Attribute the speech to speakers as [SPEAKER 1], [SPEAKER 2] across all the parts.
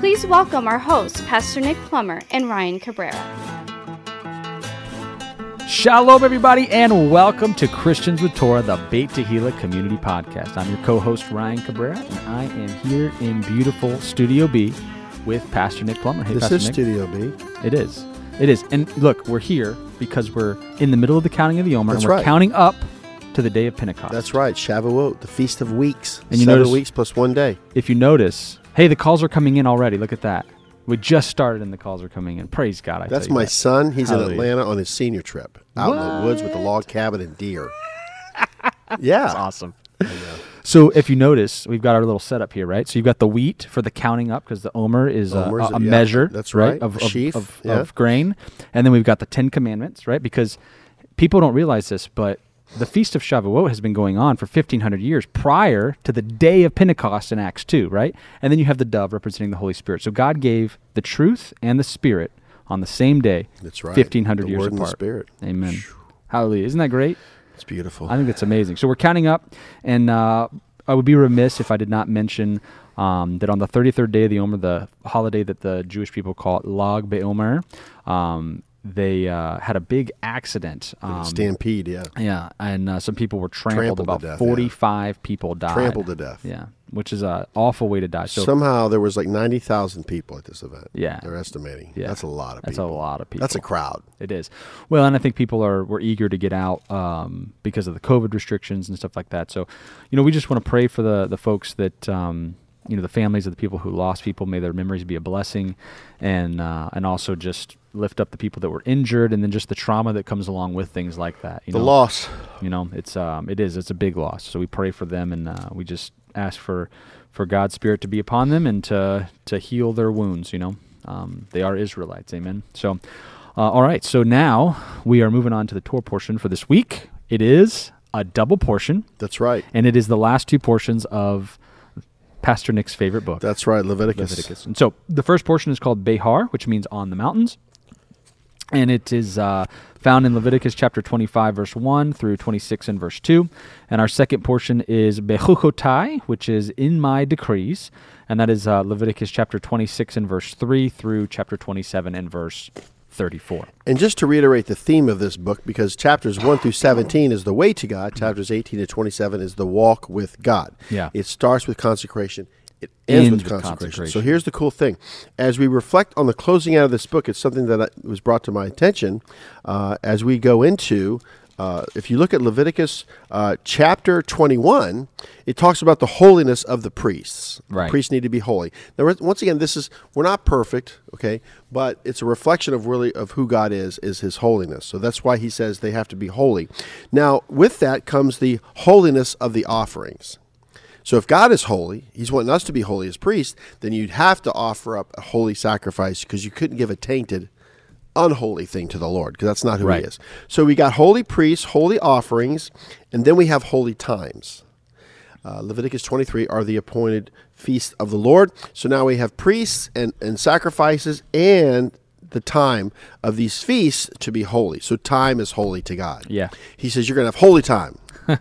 [SPEAKER 1] Please welcome our hosts, Pastor Nick Plummer and Ryan Cabrera.
[SPEAKER 2] Shalom, everybody, and welcome to Christians with Torah, the Beit Tehillah Community Podcast. I'm your co host, Ryan Cabrera, and I am here in beautiful Studio B with Pastor Nick Plummer. Hey,
[SPEAKER 3] This
[SPEAKER 2] Pastor
[SPEAKER 3] is
[SPEAKER 2] Nick.
[SPEAKER 3] Studio B.
[SPEAKER 2] It is. It is. And look, we're here because we're in the middle of the counting of the Omer,
[SPEAKER 3] That's
[SPEAKER 2] and we're
[SPEAKER 3] right.
[SPEAKER 2] counting up to the day of Pentecost.
[SPEAKER 3] That's right, Shavuot, the Feast of Weeks.
[SPEAKER 2] And you
[SPEAKER 3] Seven
[SPEAKER 2] notice-
[SPEAKER 3] weeks plus one day.
[SPEAKER 2] If you notice, hey, the calls are coming in already. Look at that. We just started, and the calls are coming in. Praise God. I
[SPEAKER 3] That's
[SPEAKER 2] tell you
[SPEAKER 3] my
[SPEAKER 2] that.
[SPEAKER 3] son. He's
[SPEAKER 2] Hallelujah.
[SPEAKER 3] in Atlanta on his senior trip, out in the woods with a log cabin and deer.
[SPEAKER 2] That's
[SPEAKER 3] yeah,
[SPEAKER 2] awesome. So if you notice, we've got our little setup here, right? So you've got the wheat for the counting up because the omer is a,
[SPEAKER 3] Omer's
[SPEAKER 2] a-
[SPEAKER 3] a-
[SPEAKER 2] a
[SPEAKER 3] yeah,
[SPEAKER 2] measure,
[SPEAKER 3] that's right,
[SPEAKER 2] Of,
[SPEAKER 3] a
[SPEAKER 2] of,
[SPEAKER 3] sheaf,
[SPEAKER 2] of,
[SPEAKER 3] yeah.
[SPEAKER 2] of grain, and then we've got the Ten Commandments, right? Because people don't realize this, but the Feast of Shavuot has been going on for 1,500 years prior to the day of Pentecost in Acts 2, right? And then you have the dove representing the Holy Spirit. So God gave the truth and the Spirit on the same day,
[SPEAKER 3] That's right.
[SPEAKER 2] 1,500
[SPEAKER 3] The
[SPEAKER 2] years
[SPEAKER 3] Word and the
[SPEAKER 2] apart.
[SPEAKER 3] Spirit.
[SPEAKER 2] Amen. Hallelujah! Isn't that great?
[SPEAKER 3] it's beautiful.
[SPEAKER 2] I think that's amazing. So we're counting up, and uh, I would be remiss if I did not mention um, that on the 33rd day of the Omer, the holiday that the Jewish people call it Lag BeOmer, um, they uh, had a big accident. Um,
[SPEAKER 3] Stampede, yeah.
[SPEAKER 2] yeah, and uh, some people were trampled.
[SPEAKER 3] Trampled to
[SPEAKER 2] About
[SPEAKER 3] death, yeah.
[SPEAKER 2] 45 people died.
[SPEAKER 3] Trampled to death.
[SPEAKER 2] Yeah, which is an awful way to die. So
[SPEAKER 3] Somehow there was like 90,000 people at this event.
[SPEAKER 2] Yeah.
[SPEAKER 3] They're estimating.
[SPEAKER 2] Yeah.
[SPEAKER 3] That's a lot of people.
[SPEAKER 2] that's a lot of people.
[SPEAKER 3] That's a crowd.
[SPEAKER 2] It is. Well, and I think people are were eager to get out um, because of the COVID restrictions and stuff like that. So, you know, we just want to pray for the the folks that um, you know the families of the people who lost people. May their memories be a blessing, and uh, and also just lift up the people that were injured, and then just the trauma that comes along with things like that. You
[SPEAKER 3] The
[SPEAKER 2] know?
[SPEAKER 3] loss.
[SPEAKER 2] You know, it's um, it is. It's a big loss. So we pray for them, and uh, we just ask for for God's spirit to be upon them and to to heal their wounds. You know, um, they are Israelites. Amen. So, uh, all right. So now we are moving on to the Torah portion for this week. It is a double portion,
[SPEAKER 3] That's right.
[SPEAKER 2] and it is the last two portions of Pastor Nick's favorite book.
[SPEAKER 3] That's right. Leviticus.
[SPEAKER 2] Leviticus. And so the first portion is called Behar, which means on the mountains. And it is uh, found in Leviticus chapter 25, verse 1 through 26 and verse 2. And our second portion is Bechukotai, which is in my decrees. And that is uh, Leviticus chapter 26 and verse 3 through chapter 27 and verse 34.
[SPEAKER 3] And just to reiterate the theme of this book, because chapters 1 through 17 is the way to God, chapters 18 to 27 is the walk with God.
[SPEAKER 2] Yeah.
[SPEAKER 3] It starts with consecration, it ends, with,
[SPEAKER 2] Ends with
[SPEAKER 3] consecration.
[SPEAKER 2] consecration.
[SPEAKER 3] So here's the cool thing. As we reflect on the closing out of this book, it's something that I- was brought to my attention uh, as we go into. Uh, if you look at Leviticus uh, chapter 21, it talks about the holiness of the priests. The
[SPEAKER 2] Right.
[SPEAKER 3] priests need to be holy. Now, re- once again, this is we're not perfect, okay, but it's a reflection of really of who God is, is His holiness. So that's why He says they have to be holy. Now, with that comes the holiness of the offerings. So if God is holy, He's wanting us to be holy as priests, then you'd have to offer up a holy sacrifice because you couldn't give a tainted, unholy thing to the Lord because that's not who
[SPEAKER 2] Right.
[SPEAKER 3] He is. So we got holy priests, holy offerings, and then we have holy times. Uh, Leviticus 23 are the appointed feasts of the Lord. So now we have priests and, and sacrifices and the time of these feasts to be holy. So time is holy to God.
[SPEAKER 2] Yeah.
[SPEAKER 3] He says you're going to have holy time.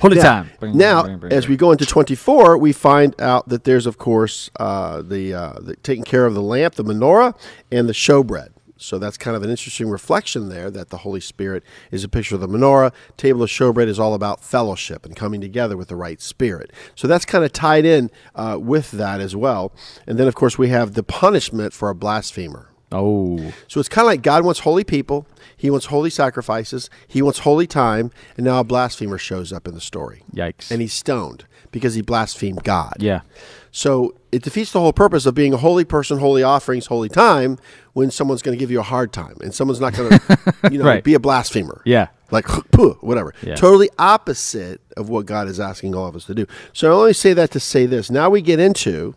[SPEAKER 2] Holy
[SPEAKER 3] Now,
[SPEAKER 2] time.
[SPEAKER 3] now, as we go into 24, we find out that there's, of course, uh, the, uh, the taking care of the lamp, the menorah, and the showbread. So that's kind of an interesting reflection there that the Holy Spirit is a picture of the menorah. Table of showbread is all about fellowship and coming together with the right spirit. So that's kind of tied in uh, with that as well. And then, of course, we have the punishment for a blasphemer.
[SPEAKER 2] Oh,
[SPEAKER 3] So it's kind of like God wants holy people, He wants holy sacrifices, He wants holy time, and now a blasphemer shows up in the story
[SPEAKER 2] yikes.
[SPEAKER 3] and he's stoned because he blasphemed God.
[SPEAKER 2] yeah.
[SPEAKER 3] So it defeats the whole purpose of being a holy person, holy offerings, holy time when someone's going to give you a hard time and someone's not going to, you know,
[SPEAKER 2] Right.
[SPEAKER 3] be a blasphemer.
[SPEAKER 2] Yeah.
[SPEAKER 3] Like, puh, whatever.
[SPEAKER 2] Yeah.
[SPEAKER 3] Totally opposite of what God is asking all of us to do. So I only say that to say this. Now we get into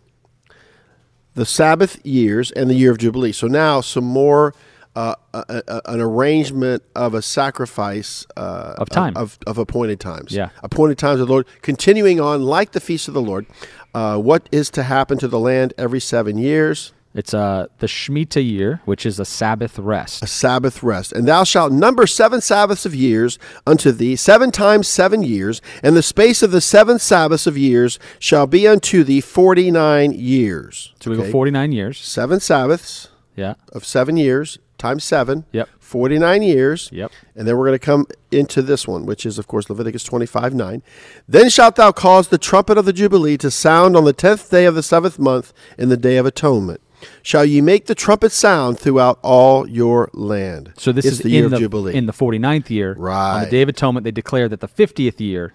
[SPEAKER 3] the Sabbath years and the year of Jubilee. So now some more uh, a, a, an arrangement of a sacrifice uh,
[SPEAKER 2] Of time.
[SPEAKER 3] of, of appointed times.
[SPEAKER 2] Yeah.
[SPEAKER 3] Appointed times of the Lord, continuing on like the feast of the Lord. Uh, what is to happen to the land every seven years?
[SPEAKER 2] It's uh, the Shemitah year, which is a Sabbath rest.
[SPEAKER 3] A Sabbath rest. And thou shalt number seven Sabbaths of years unto thee, seven times seven years, and the space of the seven Sabbaths of years shall be unto thee forty nine years.
[SPEAKER 2] So we go 49 years.
[SPEAKER 3] Seven Sabbaths
[SPEAKER 2] Yeah.
[SPEAKER 3] of seven years times seven.
[SPEAKER 2] Yep.
[SPEAKER 3] 49 years.
[SPEAKER 2] Yep.
[SPEAKER 3] And then we're going to come into this one, which is, of course, Leviticus 25 9. Then shalt thou cause the trumpet of the Jubilee to sound on the tenth day of the seventh month in the day of atonement. Shall ye make the trumpet sound throughout all your land?
[SPEAKER 2] So this
[SPEAKER 3] It's
[SPEAKER 2] is
[SPEAKER 3] the year
[SPEAKER 2] in
[SPEAKER 3] of
[SPEAKER 2] the
[SPEAKER 3] Jubilee.
[SPEAKER 2] in the 49th year. On the
[SPEAKER 3] Right.
[SPEAKER 2] Day of Atonement, they declare that the 50th year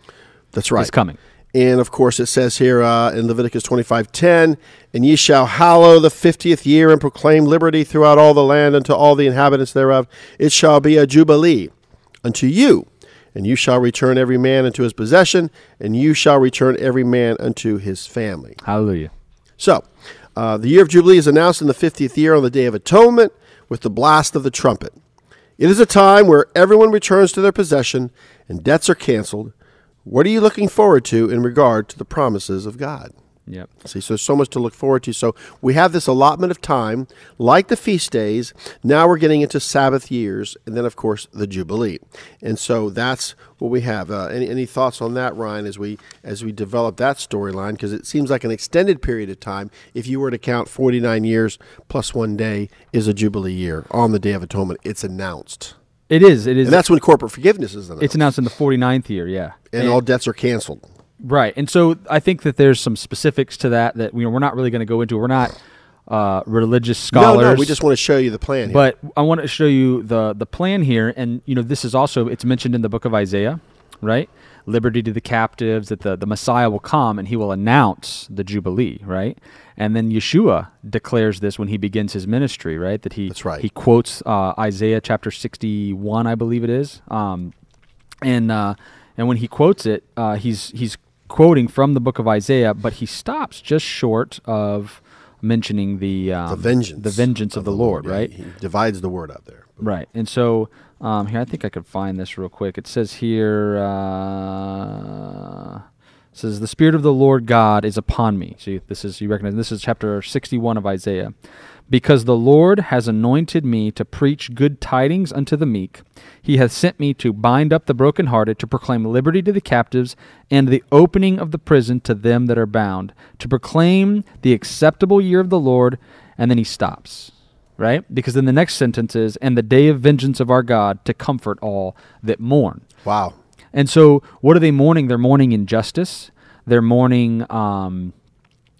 [SPEAKER 3] That's right.
[SPEAKER 2] is coming.
[SPEAKER 3] And of course, it says here uh, in Leviticus 25:10, "And ye shall hallow the fiftieth year and proclaim liberty throughout all the land unto all the inhabitants thereof. It shall be a jubilee unto you, and you shall return every man unto his possession, and you shall return every man unto his family."
[SPEAKER 2] Hallelujah.
[SPEAKER 3] So, uh, the year of Jubilee is announced in the 50th year on the Day of Atonement with the blast of the trumpet. It is a time where everyone returns to their possession and debts are canceled. What are you looking forward to in regard to the promises of God?
[SPEAKER 2] Yep.
[SPEAKER 3] See, so there's so much to look forward to. So we have this allotment of time, like the feast days. Now we're getting into Sabbath years, and then of course the Jubilee. And so that's what we have. Uh, any, any thoughts on that, Ryan? As we as we develop that storyline, because it seems like an extended period of time. If you were to count 49 years plus one day is a Jubilee year on the Day of Atonement. It's announced,
[SPEAKER 2] It is. It is.
[SPEAKER 3] and that's when corporate forgiveness is announced,
[SPEAKER 2] it's announced in the 49th year. Yeah.
[SPEAKER 3] and all debts are canceled.
[SPEAKER 2] Right. And so I think that there's some specifics to that that you know, we're not really going to go into. We're not uh, religious scholars.
[SPEAKER 3] No, no, we just want to show you the plan. Here.
[SPEAKER 2] But I want to show you the the plan here, and you know this is also it's mentioned in the book of Isaiah, right? Liberty to the captives, that the, the Messiah will come and he will announce the Jubilee, right? And then Yeshua declares this when he begins his ministry, right? That he
[SPEAKER 3] That's right.
[SPEAKER 2] he quotes uh, Isaiah chapter sixty one, I believe it is, um, and uh, and when he quotes it, uh, he's he's quoting from the book of Isaiah, but he stops just short of mentioning the um,
[SPEAKER 3] the vengeance,
[SPEAKER 2] the vengeance of, the, Lord,
[SPEAKER 3] Yeah,
[SPEAKER 2] right?
[SPEAKER 3] He divides the word out there.
[SPEAKER 2] Right. And so um, here, I think I could find this real quick. It says here, uh, it says, The Spirit of the Lord God is upon me. So you, this is, you recognize, this is chapter 61 of Isaiah. Because the Lord has anointed me to preach good tidings unto the meek. He hath sent me to bind up the brokenhearted, to proclaim liberty to the captives, and the opening of the prison to them that are bound, to proclaim the acceptable year of the Lord. And then he stops right? Because then the next sentence is, and the day of vengeance of our God to comfort all that mourn.
[SPEAKER 3] Wow.
[SPEAKER 2] And so, what are they mourning? They're mourning injustice. They're mourning, um,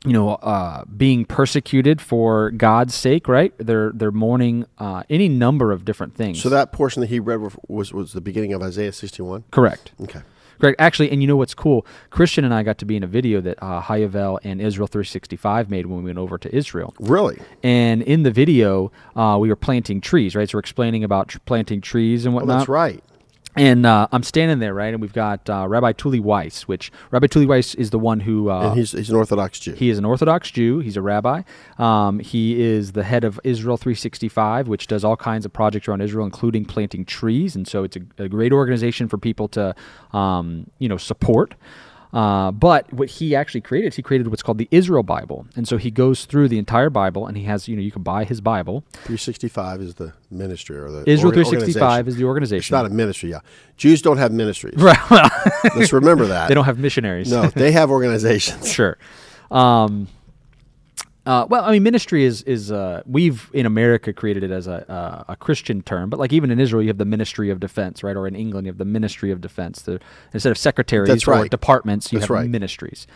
[SPEAKER 2] you know, uh, being persecuted for God's sake, right? They're they're mourning uh, any number of different things.
[SPEAKER 3] So that portion that he read was was, was the beginning of Isaiah 61.
[SPEAKER 2] correct.
[SPEAKER 3] Okay.
[SPEAKER 2] Correct. Actually, and you know what's cool? Christian and I got to be in a video that uh, Hayavel and Israel 365 made when we went over to Israel.
[SPEAKER 3] Really?
[SPEAKER 2] And in the video, uh, we were planting trees, right? So we're explaining about tr- planting trees and
[SPEAKER 3] Well,
[SPEAKER 2] whatnot.
[SPEAKER 3] Oh, that's right.
[SPEAKER 2] And uh, I'm standing there, right? And we've got uh, Rabbi Tuli Weiss, which Rabbi Tuli Weiss is the one who uh,
[SPEAKER 3] And he's he's an Orthodox Jew.
[SPEAKER 2] he is an Orthodox Jew. He's a rabbi. Um, he is the head of Israel 365, which does all kinds of projects around Israel, including planting trees. And so it's a, a great organization for people to, um, you know, support. Uh, but what he actually created, is he created what's called the Israel Bible. And so he goes through the entire Bible, and he has, you know, you can buy his Bible.
[SPEAKER 3] 365 is the ministry or the
[SPEAKER 2] Israel
[SPEAKER 3] or-
[SPEAKER 2] 365
[SPEAKER 3] organization.
[SPEAKER 2] is the
[SPEAKER 3] It's
[SPEAKER 2] organization.
[SPEAKER 3] not a ministry, yeah. Jews don't have ministries.
[SPEAKER 2] Right, well,
[SPEAKER 3] Let's remember that.
[SPEAKER 2] they don't have missionaries.
[SPEAKER 3] no, they have organizations.
[SPEAKER 2] sure. Um, uh, well, I mean, ministry is is uh, we've in America created it as a uh, a Christian term, but like even in Israel, you have the Ministry of Defense, right? Or in England, you have the Ministry of Defense. The, instead of secretaries
[SPEAKER 3] That's
[SPEAKER 2] or
[SPEAKER 3] right.
[SPEAKER 2] departments, you
[SPEAKER 3] That's
[SPEAKER 2] have
[SPEAKER 3] right.
[SPEAKER 2] ministries.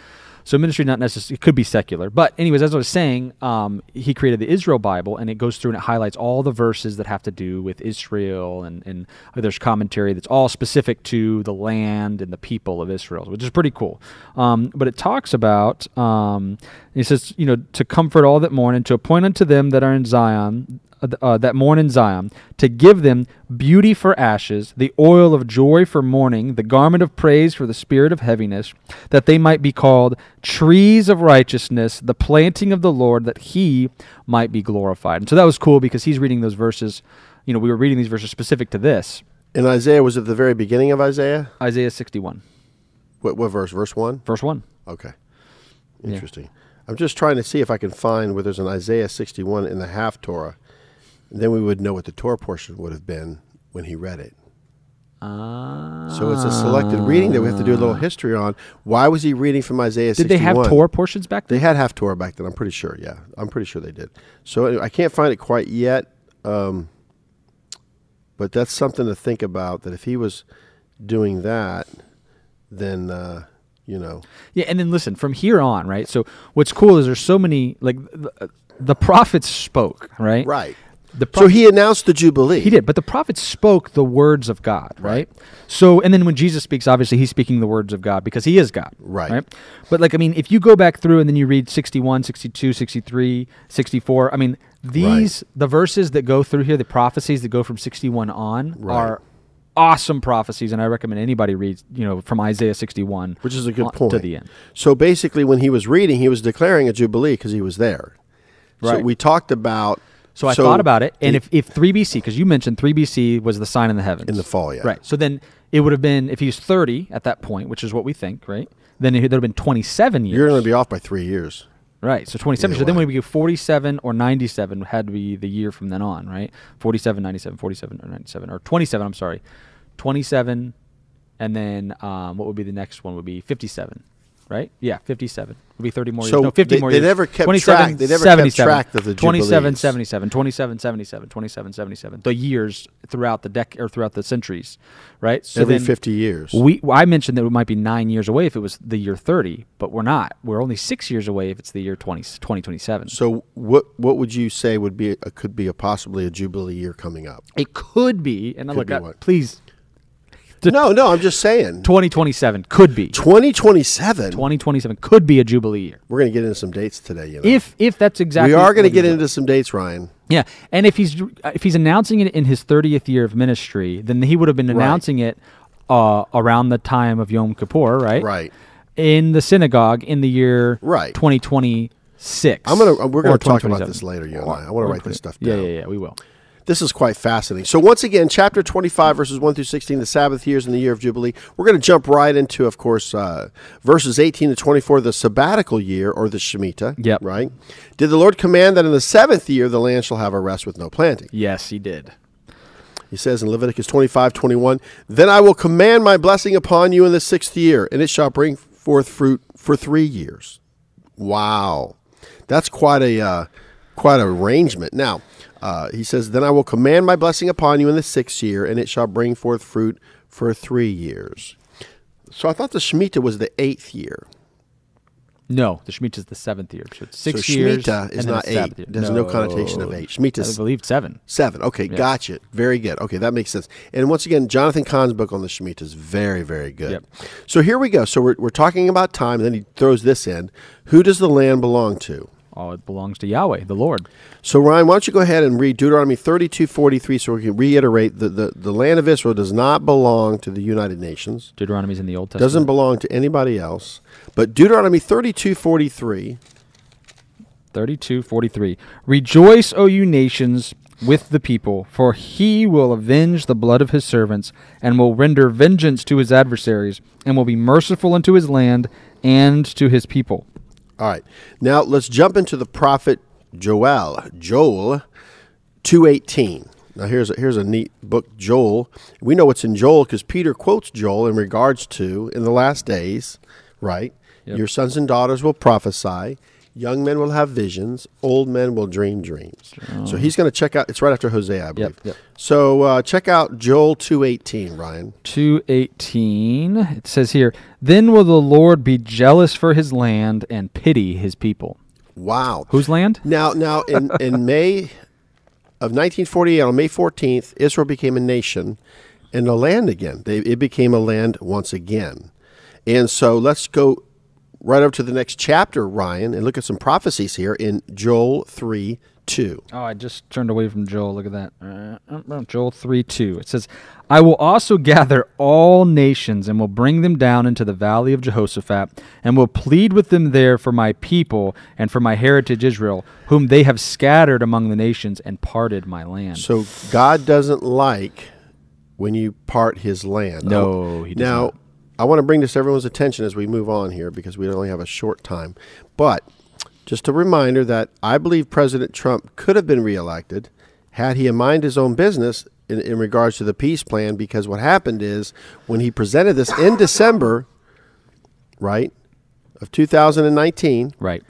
[SPEAKER 2] So ministry not necessarily it could be secular, but anyways, as I was saying, um, he created the Israel Bible, and it goes through and it highlights all the verses that have to do with Israel, and and there's commentary that's all specific to the land and the people of Israel, which is pretty cool. Um, but it talks about um, he says, you know, to comfort all that mourn, and to appoint unto them that are in Zion. uh, th- Uh, that mourn in Zion, to give them beauty for ashes, the oil of joy for mourning, the garment of praise for the spirit of heaviness, that they might be called trees of righteousness, the planting of the Lord, that he might be glorified. And so that was cool because he's reading those verses you know, we were reading these verses specific to this.
[SPEAKER 3] And Isaiah was at the very beginning of Isaiah.
[SPEAKER 2] Isaiah 61,
[SPEAKER 3] What, what verse? Verse one.
[SPEAKER 2] verse 1.
[SPEAKER 3] Okay. Interesting. I'm just trying to see if I can find where there's an Isaiah 61 in the half Torah. And then we would know what the Torah portion would have been when he read it. So it's a selected reading that we have to do a little history on. Why was he reading from Isaiah
[SPEAKER 2] Did
[SPEAKER 3] 61?
[SPEAKER 2] they have Torah portions back
[SPEAKER 3] They
[SPEAKER 2] then?
[SPEAKER 3] had half Torah back then. I'm pretty sure. Yeah, I'm pretty sure they did. So anyway, I can't find it quite yet, um, but that's something to think about. That if he was doing that, then uh, you know,
[SPEAKER 2] Yeah, and then listen, from here on, right? So what's cool is there's so many, like, the, uh, the prophets spoke, right?
[SPEAKER 3] right.
[SPEAKER 2] The
[SPEAKER 3] So
[SPEAKER 2] pro-
[SPEAKER 3] he announced the jubilee.
[SPEAKER 2] He did, but the prophets spoke the words of God, right? So, and then when Jesus speaks, obviously he's speaking the words of God because he is God,
[SPEAKER 3] Right.
[SPEAKER 2] But like, I mean, if you go back through and then you read 61, 62, 63, 64, I mean, these, the verses that go through here, the prophecies that go from 61 on
[SPEAKER 3] Right.
[SPEAKER 2] are awesome prophecies. And I recommend anybody reads, you know, from Isaiah 61,
[SPEAKER 3] which is a good
[SPEAKER 2] on-
[SPEAKER 3] point
[SPEAKER 2] to the end.
[SPEAKER 3] So basically, when he was reading, he was declaring a jubilee because he was there. So
[SPEAKER 2] Right.
[SPEAKER 3] we talked about.
[SPEAKER 2] So I thought about it, and
[SPEAKER 3] the-
[SPEAKER 2] if, if 3 BC, because you mentioned 3 BC was the sign in the heavens.
[SPEAKER 3] In the fall, yeah.
[SPEAKER 2] Right. So then it would have been, if he's 30 at that point, which is what we think, right? Then it would have been 27 years.
[SPEAKER 3] you're going to be off by three years.
[SPEAKER 2] right. So 27.
[SPEAKER 3] Either
[SPEAKER 2] So then
[SPEAKER 3] way.
[SPEAKER 2] we'd be 47 or 97 had to be the year from then on, right? 47, 97, 47 or 97, or 27, I'm sorry. 27, and then um, what would be the next one would be 57. Right? Yeah, fifty-seven would be thirty more
[SPEAKER 3] So
[SPEAKER 2] years. No, fifty
[SPEAKER 3] they-
[SPEAKER 2] more
[SPEAKER 3] they
[SPEAKER 2] years.
[SPEAKER 3] never kept
[SPEAKER 2] 27,
[SPEAKER 3] track- they never kept
[SPEAKER 2] 77,
[SPEAKER 3] track of the
[SPEAKER 2] 27,
[SPEAKER 3] jubilees.
[SPEAKER 2] 77, 27, 77, 27, 77. The years throughout the dec or throughout the centuries, right? So
[SPEAKER 3] Every
[SPEAKER 2] then
[SPEAKER 3] 50 years.
[SPEAKER 2] We well, I mentioned that we might be nine years away if it was the year thirty, but we're not. We're only six years away if it's the year 20, 2027.
[SPEAKER 3] So what what would you say would be a, could be a possibly a jubilee year coming up?
[SPEAKER 2] It could be, and I look
[SPEAKER 3] be
[SPEAKER 2] at
[SPEAKER 3] what?
[SPEAKER 2] please
[SPEAKER 3] No, no, I'm just saying.
[SPEAKER 2] twenty twenty seven could be
[SPEAKER 3] 2027.
[SPEAKER 2] twenty twenty seven could be a jubilee year.
[SPEAKER 3] We're going to get into some dates today. You know,
[SPEAKER 2] If if that's exactly
[SPEAKER 3] we are going to
[SPEAKER 2] what
[SPEAKER 3] get
[SPEAKER 2] he's-
[SPEAKER 3] into some dates, Ryan.
[SPEAKER 2] Yeah, and if he's if he's announcing it in his thirtieth year of ministry, then he would have been announcing it uh, around the time of Yom Kippur, right?
[SPEAKER 3] Right.
[SPEAKER 2] In the synagogue in the year
[SPEAKER 3] Right.
[SPEAKER 2] twenty twenty six.
[SPEAKER 3] I'm gonna uh, we're going to talk about this later. You and I. I want to write this stuff
[SPEAKER 2] Yeah,
[SPEAKER 3] down.
[SPEAKER 2] yeah, yeah. We will.
[SPEAKER 3] This is quite fascinating. So once again, chapter 25, verses 1 through 16, the Sabbath years and the year of Jubilee. We're going to jump right into, of course, uh, verses 18 to 24, the sabbatical year or the Shemitah.
[SPEAKER 2] Yep.
[SPEAKER 3] Right? Did the Lord command that in the seventh year the land shall have a rest with no planting?
[SPEAKER 2] Yes, he did.
[SPEAKER 3] He says in Leviticus 25, 21, Then I will command my blessing upon you in the sixth year, and it shall bring forth fruit for three years. Wow. That's quite a uh, quite an arrangement. Now, uh, he says, Then I will command my blessing upon you in the sixth year, and it shall bring forth fruit for three years. So I thought the Shemitah was the eighth year.
[SPEAKER 2] No, the Shemitah is the seventh year, so it's six
[SPEAKER 3] so
[SPEAKER 2] years.
[SPEAKER 3] Shemitah
[SPEAKER 2] and
[SPEAKER 3] is
[SPEAKER 2] then
[SPEAKER 3] not
[SPEAKER 2] the
[SPEAKER 3] eight.
[SPEAKER 2] Sabbath year.
[SPEAKER 3] There's no. connotation of eight. Shemitah
[SPEAKER 2] I believe seven.
[SPEAKER 3] Seven. Okay, gotcha. Very good. Okay, that makes sense. And once again, Jonathan Kahn's book on the Shemitah is very, very good.
[SPEAKER 2] Yep.
[SPEAKER 3] So here we go. So we're, we're talking about time, and then he throws this in. Who does the land belong to?
[SPEAKER 2] Oh, it belongs to Yahweh, the Lord.
[SPEAKER 3] So Ryan, why don't you go ahead and read Deuteronomy thirty-two forty-three, so we can reiterate that the, the land of Israel does not belong to the United Nations,
[SPEAKER 2] Deuteronomy's in the Old Testament.
[SPEAKER 3] doesn't belong to anybody else. But Deuteronomy thirty-two forty-three.
[SPEAKER 2] 32 43 rejoice o you nations with the people for he will avenge the blood of his servants and will render vengeance to his adversaries and will be merciful unto his land and to his people
[SPEAKER 3] All right. Now let's jump into the prophet Joel. Joel 218. Now here's a, here's a neat book Joel. We know what's in Joel cuz Peter quotes Joel in regards to in the last days, right? Your sons and daughters will prophesy, young men will have visions, old men will dream dreams. So he's going to check out it's right after Hosea, I believe.
[SPEAKER 2] Oh. yep.
[SPEAKER 3] So uh, check out Joel 218, Ryan.
[SPEAKER 2] 218 it says here then will the lord be jealous for his land and pity his people
[SPEAKER 3] Wow.
[SPEAKER 2] whose land
[SPEAKER 3] Now, now in, in May of 1948, on May 14th, Israel became a nation and a land again. They, it became a land once again. And so let's go right over to the next chapter, Ryan, and look at some prophecies here in Joel 3:2. 2.
[SPEAKER 2] Oh, I just turned away from Joel. Look at that. Uh, uh, Joel 3 2. It says, I will also gather all nations and will bring them down into the valley of Jehoshaphat and will plead with them there for my people and for my heritage Israel, whom they have scattered among the nations and parted my land.
[SPEAKER 3] So God doesn't like when you part his land.
[SPEAKER 2] No, he does
[SPEAKER 3] now,
[SPEAKER 2] not.
[SPEAKER 3] I want to bring this to everyone's attention as we move on here because we only have a short time. But just a reminder that I believe President Trump could have been reelected had he mind his own business in, in regards to the peace plan because what happened is when he presented this in December, right, of 2019,
[SPEAKER 2] right.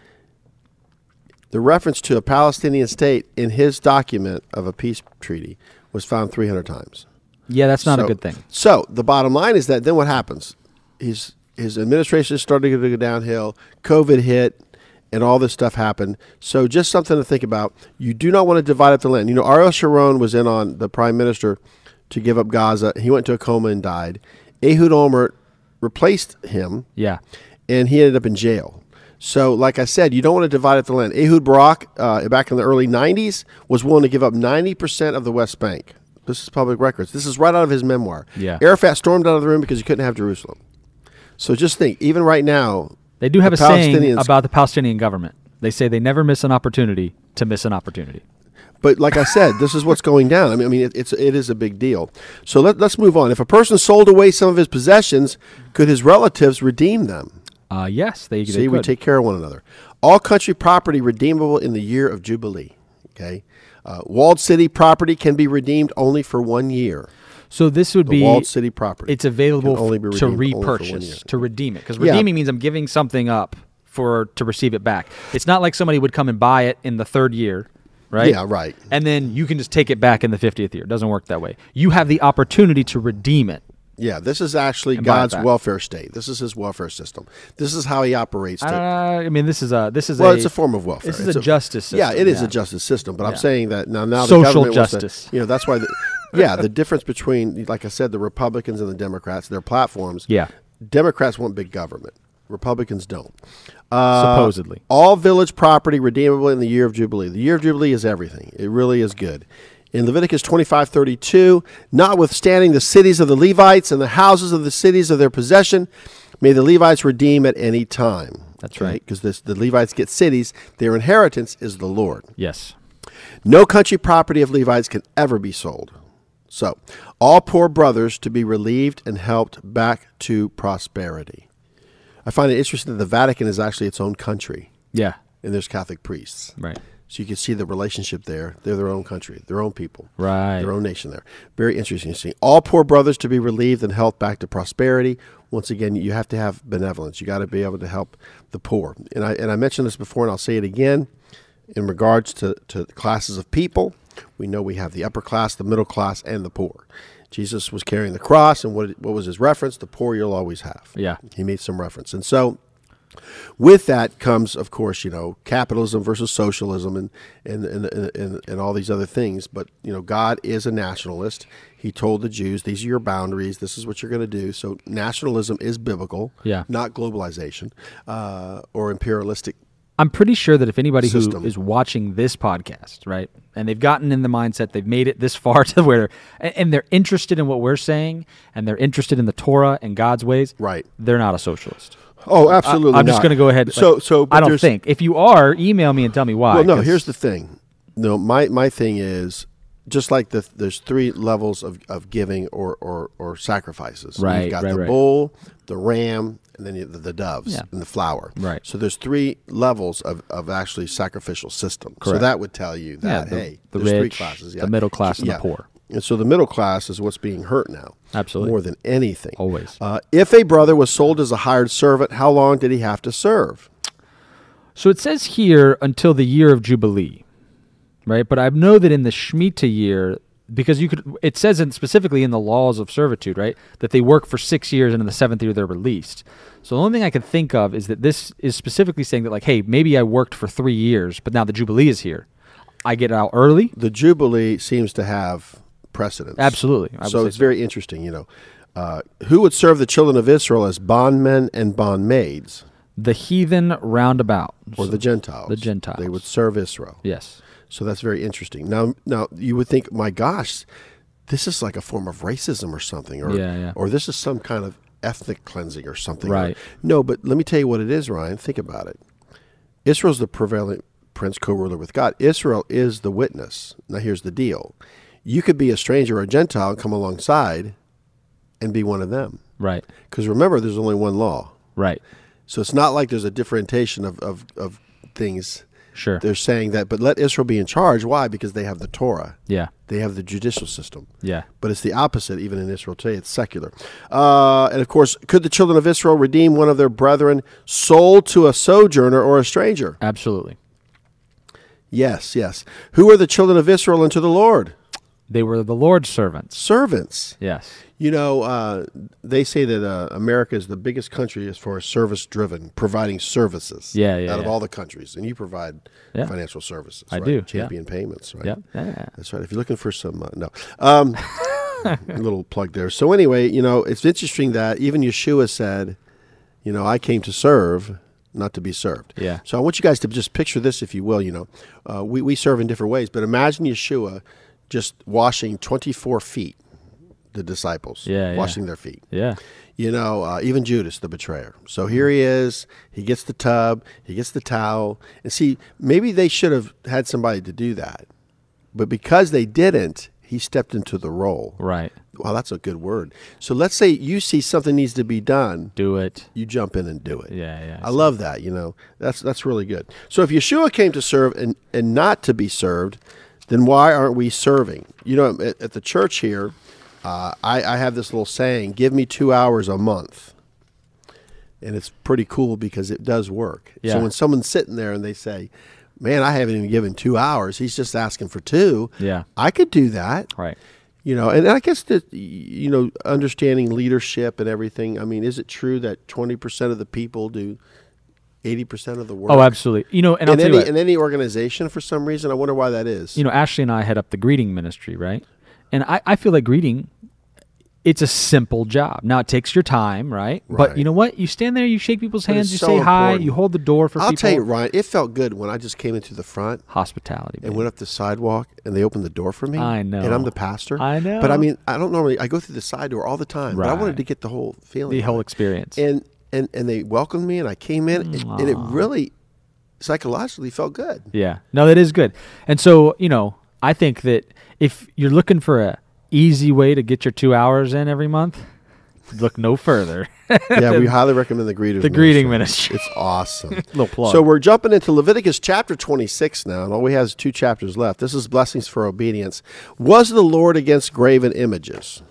[SPEAKER 3] the reference to a Palestinian state in his document of a peace treaty was found 300 times.
[SPEAKER 2] Yeah, that's not a
[SPEAKER 3] So-
[SPEAKER 2] good thing.
[SPEAKER 3] So the bottom line is that then what happens? His his administration is starting to go downhill. COVID hit, and all this stuff happened. So just something to think about. You do not want to divide up the land. You know, Ariel Sharon was in on the prime minister to give up Gaza. He went to a coma and died. Ehud Olmert replaced him
[SPEAKER 2] Yeah.
[SPEAKER 3] and he ended up in jail. So, like I said, you don't want to divide up the land. Ehud Barak, uh, back in the early 90s, was willing to give up 90% of the West Bank. This is public records. This is right out of his memoir.
[SPEAKER 2] Yeah.
[SPEAKER 3] Arafat stormed out of the room because he couldn't have Jerusalem. So just think, even right now,
[SPEAKER 2] They do have
[SPEAKER 3] the
[SPEAKER 2] a saying
[SPEAKER 3] Palestinians-
[SPEAKER 2] about the Palestinian government. They say they never miss an opportunity to miss an opportunity.
[SPEAKER 3] But like I said, this is what's going down. I mean, I mean, it, it's it is a big deal. So let, let's move on. If a person sold away some of his possessions, could his relatives redeem them?
[SPEAKER 2] Uh, yes, they, they
[SPEAKER 3] See, we
[SPEAKER 2] could.
[SPEAKER 3] take care of one another. All country property redeemable in the year of Jubilee. Okay. Uh, walled city property can be redeemed only for one year.
[SPEAKER 2] so this would
[SPEAKER 3] The
[SPEAKER 2] be
[SPEAKER 3] walled city property.
[SPEAKER 2] It's available
[SPEAKER 3] can only be
[SPEAKER 2] f- to
[SPEAKER 3] redeemed only for one year.
[SPEAKER 2] repurchase, to redeem it. Because
[SPEAKER 3] Yeah.
[SPEAKER 2] redeeming means I'm giving something up for to receive it back. It's not like somebody would come and buy it in the third year, right?
[SPEAKER 3] Yeah, right.
[SPEAKER 2] And then you can just take it back in the 50th year. It doesn't work that way. You have the opportunity to redeem it.
[SPEAKER 3] Yeah, this is actually
[SPEAKER 2] buy it
[SPEAKER 3] God's
[SPEAKER 2] back.
[SPEAKER 3] welfare state. This is his welfare system. This is how he operates. to-
[SPEAKER 2] Uh, I mean, this is a this is
[SPEAKER 3] well,
[SPEAKER 2] a
[SPEAKER 3] it's a form of welfare.
[SPEAKER 2] This is
[SPEAKER 3] It's
[SPEAKER 2] a, justice system.
[SPEAKER 3] Yeah, it is a justice system. But I'm saying that now, now
[SPEAKER 2] Social
[SPEAKER 3] the government wants to-
[SPEAKER 2] justice.
[SPEAKER 3] you know, that's why. The, yeah, the difference between, like I said, the Republicans and the Democrats, their platforms.
[SPEAKER 2] Yeah.
[SPEAKER 3] Democrats want big government. Republicans don't. Uh,
[SPEAKER 2] supposedly.
[SPEAKER 3] All village property redeemable in the year of Jubilee. The year of Jubilee is everything. It really is good. In Leviticus 25 32, notwithstanding the cities of the Levites and the houses of the cities of their possession, may the Levites redeem at any time.
[SPEAKER 2] That's right.
[SPEAKER 3] Because the Levites get cities, their inheritance is the Lord.
[SPEAKER 2] Yes.
[SPEAKER 3] No country property of Levites can ever be sold. So, all poor brothers to be relieved and helped back to prosperity. I find it interesting that the Vatican is actually its own country,
[SPEAKER 2] Yeah.
[SPEAKER 3] and there's Catholic priests.
[SPEAKER 2] Right.
[SPEAKER 3] So you can see the relationship there. They're their own country, their own people,
[SPEAKER 2] Right.
[SPEAKER 3] their own nation. There, very interesting. to see. all poor brothers to be relieved and helped back to prosperity. Once again, you have to have benevolence. You got to be able to help the poor. And I and I mentioned this before, and I'll say it again. In regards to to the classes of people, we know we have the upper class, the middle class, and the poor. Jesus was carrying the cross, and what what was his reference? The poor you'll always have.
[SPEAKER 2] Yeah.
[SPEAKER 3] he made some reference, and so with that comes, of course, you know, capitalism versus socialism and and, and, and, and and all these other things. But, you know, God is a nationalist. He told the Jews, these are your boundaries. This is what you're going to do. So nationalism is biblical,
[SPEAKER 2] Yeah.
[SPEAKER 3] not globalization uh, or imperialistic.
[SPEAKER 2] I'm pretty sure that if anybody
[SPEAKER 3] System.
[SPEAKER 2] who is watching this podcast, right, and they've gotten in the mindset, they've made it this far to where, and, and they're interested in what we're saying, and they're interested in the Torah and God's ways,
[SPEAKER 3] Right.
[SPEAKER 2] They're not a socialist.
[SPEAKER 3] Oh, absolutely.
[SPEAKER 2] I'm just
[SPEAKER 3] not.
[SPEAKER 2] going to go ahead.
[SPEAKER 3] So,
[SPEAKER 2] like,
[SPEAKER 3] so but
[SPEAKER 2] I don't
[SPEAKER 3] there's-
[SPEAKER 2] think. If you are, email me and tell me why.
[SPEAKER 3] Well, no.
[SPEAKER 2] 'cause-
[SPEAKER 3] Here's the thing. No, my my thing is just like the there's three levels of, of giving or, or or sacrifices.
[SPEAKER 2] Right,
[SPEAKER 3] You've got
[SPEAKER 2] right,
[SPEAKER 3] the
[SPEAKER 2] right.
[SPEAKER 3] bull, the ram, and then you, the, the doves
[SPEAKER 2] Yeah.
[SPEAKER 3] and the flower.
[SPEAKER 2] Right.
[SPEAKER 3] So there's three levels of, of actually sacrificial system. So
[SPEAKER 2] Correct.
[SPEAKER 3] that would tell you that
[SPEAKER 2] the-
[SPEAKER 3] hey,
[SPEAKER 2] the
[SPEAKER 3] there's three
[SPEAKER 2] rich,
[SPEAKER 3] classes.
[SPEAKER 2] the middle class, and the
[SPEAKER 3] Yeah.
[SPEAKER 2] poor.
[SPEAKER 3] And so the middle class is what's being hurt now.
[SPEAKER 2] Absolutely.
[SPEAKER 3] More than anything.
[SPEAKER 2] Always.
[SPEAKER 3] Uh, if a brother was sold as a hired servant, how long did he have to serve?
[SPEAKER 2] So it says here until the year of Jubilee, right? But I know that in the Shemitah year, because you could, it says in, specifically in the laws of servitude, right, that they work for six years and in the seventh year they're released. So the only thing I could think of is that this is specifically saying that, like, hey, maybe I worked for three years, but now the Jubilee is here. I get out early.
[SPEAKER 3] the Jubilee seems to have precedence.
[SPEAKER 2] Absolutely. I would
[SPEAKER 3] So
[SPEAKER 2] say
[SPEAKER 3] it's very interesting, you know. Uh, who would serve the children of Israel as bondmen and bondmaids,
[SPEAKER 2] The heathen roundabout.
[SPEAKER 3] or the Gentiles?
[SPEAKER 2] The Gentiles.
[SPEAKER 3] They would serve Israel.
[SPEAKER 2] yes.
[SPEAKER 3] So that's very interesting. Now, now you would think, my gosh, this is like a form of racism or something, or
[SPEAKER 2] Yeah, yeah.
[SPEAKER 3] or this is some kind of ethnic cleansing or something.
[SPEAKER 2] Right.
[SPEAKER 3] No, but let me tell you what it is, Ryan. Think about it. Israel's the prevailing prince, co-ruler with God. Israel is the witness. Now, here's the deal: you could be a stranger or a Gentile and come alongside, and be one of them.
[SPEAKER 2] Right.
[SPEAKER 3] Because remember, there's only one law.
[SPEAKER 2] Right.
[SPEAKER 3] So it's not like there's a differentiation of, of, of things.
[SPEAKER 2] Sure.
[SPEAKER 3] They're saying that, but let Israel be in charge. Why? Because they have the Torah,
[SPEAKER 2] yeah.
[SPEAKER 3] they have the judicial system.
[SPEAKER 2] Yeah.
[SPEAKER 3] But it's the opposite, even in Israel today. It's secular. Uh, and of course, could the children of Israel redeem one of their brethren sold to a sojourner or a stranger?
[SPEAKER 2] Absolutely.
[SPEAKER 3] Yes, yes. Who are the children of Israel unto the Lord?
[SPEAKER 2] They were the Lord's servants.
[SPEAKER 3] Servants.
[SPEAKER 2] Yes.
[SPEAKER 3] You know, uh, they say that uh, America is the biggest country as far as service driven, providing services.
[SPEAKER 2] Yeah, yeah,
[SPEAKER 3] Out of
[SPEAKER 2] yeah.
[SPEAKER 3] all the countries, and you provide
[SPEAKER 2] Yeah.
[SPEAKER 3] financial services.
[SPEAKER 2] I
[SPEAKER 3] right?
[SPEAKER 2] do, yeah.
[SPEAKER 3] Champion payments, right?
[SPEAKER 2] Yeah. Yeah.
[SPEAKER 3] That's right. If you're looking for some, uh, no, um, a little plug there. So anyway, you know, it's interesting that even Yeshua said, you know, I came to serve, not to be served.
[SPEAKER 2] Yeah.
[SPEAKER 3] So I want you guys to just picture this, if you will. You know, uh, we we serve in different ways, but imagine Yeshua just washing 24 feet, the disciples,
[SPEAKER 2] Yeah, yeah.
[SPEAKER 3] washing their feet
[SPEAKER 2] Yeah.
[SPEAKER 3] you know, uh, even Judas, the betrayer. So here he is. He gets the tub. He gets the towel. And see, maybe they should have had somebody to do that, but because they didn't, he stepped into the role.
[SPEAKER 2] Right.
[SPEAKER 3] Wow, that's a good word. So let's say you see something needs to be done,
[SPEAKER 2] Do it.
[SPEAKER 3] you jump in and do it.
[SPEAKER 2] Yeah. Yeah.
[SPEAKER 3] I love that. You know, that's that's really good. So if Yeshua came to serve and and not to be served, then why aren't we serving? You know, at, at the church here, uh, I, I have this little saying: "Give me two hours a month," and it's pretty cool because it does work.
[SPEAKER 2] Yeah.
[SPEAKER 3] So when someone's sitting there and they say, "Man, I haven't even given two hours," he's just asking for two.
[SPEAKER 2] Yeah.
[SPEAKER 3] I could do that
[SPEAKER 2] Right.
[SPEAKER 3] you know and i guess that y- you know understanding leadership and everything i mean is it true that 20% of the people do 80% of the work
[SPEAKER 2] Oh, absolutely. You know, and I'll
[SPEAKER 3] in
[SPEAKER 2] tell
[SPEAKER 3] any,
[SPEAKER 2] you what.
[SPEAKER 3] in any organization for some reason i wonder why that is
[SPEAKER 2] you know, Ashley and I head up the greeting ministry, right? And I, I feel like greeting, it's a simple job. Now it takes your time, right? But
[SPEAKER 3] Right.
[SPEAKER 2] you know what? You stand there, you shake people's hands,
[SPEAKER 3] it's
[SPEAKER 2] you
[SPEAKER 3] so
[SPEAKER 2] say hi,
[SPEAKER 3] important.
[SPEAKER 2] you hold the door for
[SPEAKER 3] i'll
[SPEAKER 2] people.
[SPEAKER 3] tell you ryan it felt good when i just came into the front
[SPEAKER 2] hospitality.
[SPEAKER 3] and
[SPEAKER 2] man.
[SPEAKER 3] went up the sidewalk and they opened the door for me
[SPEAKER 2] I
[SPEAKER 3] and i'm
[SPEAKER 2] know.
[SPEAKER 3] the pastor
[SPEAKER 2] I
[SPEAKER 3] but i
[SPEAKER 2] know.
[SPEAKER 3] mean i don't normally i go through the side door all the time but i wanted
[SPEAKER 2] Right.
[SPEAKER 3] to get the whole feeling
[SPEAKER 2] the
[SPEAKER 3] of
[SPEAKER 2] whole
[SPEAKER 3] it.
[SPEAKER 2] experience.
[SPEAKER 3] and and and they welcomed me and i came in and, and it really psychologically felt good
[SPEAKER 2] yeah. No, that is good. And so, you know, I think that if you're looking for a easy way to get your two hours in every month, look no further.
[SPEAKER 3] yeah, we highly recommend the greeters.
[SPEAKER 2] the greeting ministry.
[SPEAKER 3] It's awesome.
[SPEAKER 2] Little plug.
[SPEAKER 3] So we're jumping into Leviticus chapter 26 now, and all we have is two chapters left. This is blessings for obedience. Was the Lord against graven images?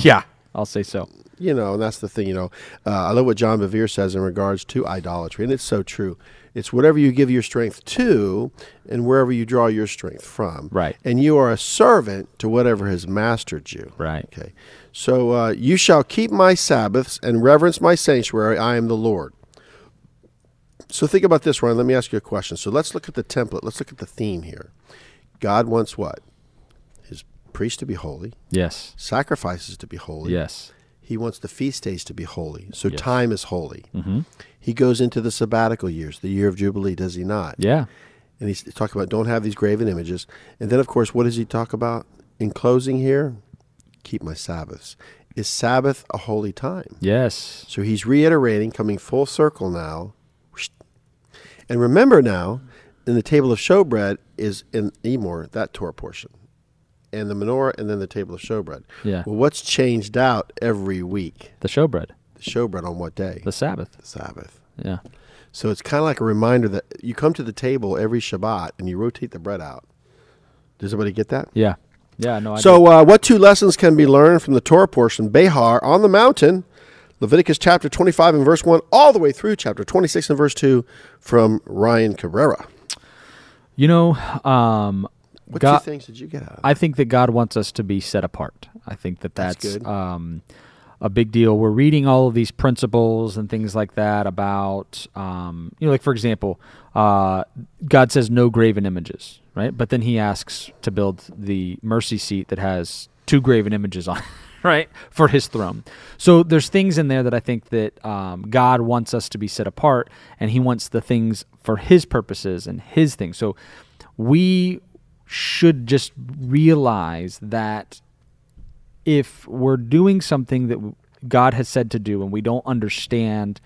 [SPEAKER 2] yeah. I'll say so.
[SPEAKER 3] You know, and that's the thing. You know, uh, I love what John Bevere says in regards to idolatry, and it's so true. It's whatever you give your strength to, and wherever you draw your strength from.
[SPEAKER 2] Right.
[SPEAKER 3] And you are a servant to whatever has mastered you.
[SPEAKER 2] Right.
[SPEAKER 3] Okay. So uh, you shall keep my Sabbaths and reverence my sanctuary. I am the Lord. So think about this, Ryan. Let me ask you a question. So let's look at the template. Let's look at the theme here. God wants what? His priests to be holy,
[SPEAKER 2] Yes.
[SPEAKER 3] sacrifices to be holy.
[SPEAKER 2] Yes.
[SPEAKER 3] He wants the feast days to be holy. So time is holy. Mm-hmm. He goes into the sabbatical years, the year of Jubilee, does he not?
[SPEAKER 2] Yeah.
[SPEAKER 3] And he's talking about don't have these graven images. And then, of course, what does he talk about in closing here? Keep my Sabbaths. Is Sabbath a holy time?
[SPEAKER 2] Yes.
[SPEAKER 3] So he's reiterating, coming full circle now. And remember now, in the table of showbread is in Emor, that Torah portion, and the menorah, and then the table of showbread.
[SPEAKER 2] Yeah.
[SPEAKER 3] Well, what's changed out every week?
[SPEAKER 2] The showbread.
[SPEAKER 3] The showbread on what day?
[SPEAKER 2] The Sabbath.
[SPEAKER 3] Sabbath.
[SPEAKER 2] Yeah.
[SPEAKER 3] So it's kind of like a reminder that you come to the table every Shabbat and you rotate the bread out. Does everybody get that?
[SPEAKER 2] Yeah. Yeah. No. I do.
[SPEAKER 3] So, uh, what two lessons can be learned from the Torah portion, Behar, on the mountain, Leviticus chapter 25 and verse 1, all the way through chapter 26 and verse 2 from Ryan Carrera?
[SPEAKER 2] you know, um,
[SPEAKER 3] What
[SPEAKER 2] God,
[SPEAKER 3] two things did you get out of
[SPEAKER 2] I think that God wants us to be set apart. I think that that's,
[SPEAKER 3] good.
[SPEAKER 2] um, a big deal. We're reading all of these principles and things like that about, um, you know, like for example, uh, God says no graven images, right? But then He asks to build the mercy seat that has two graven images on. it, Right for His throne, so there's things in there that I think that um, God wants us to be set apart, and He wants the things for His purposes and His things. So we should just realize that if we're doing something that w- God has said to do and we don't understand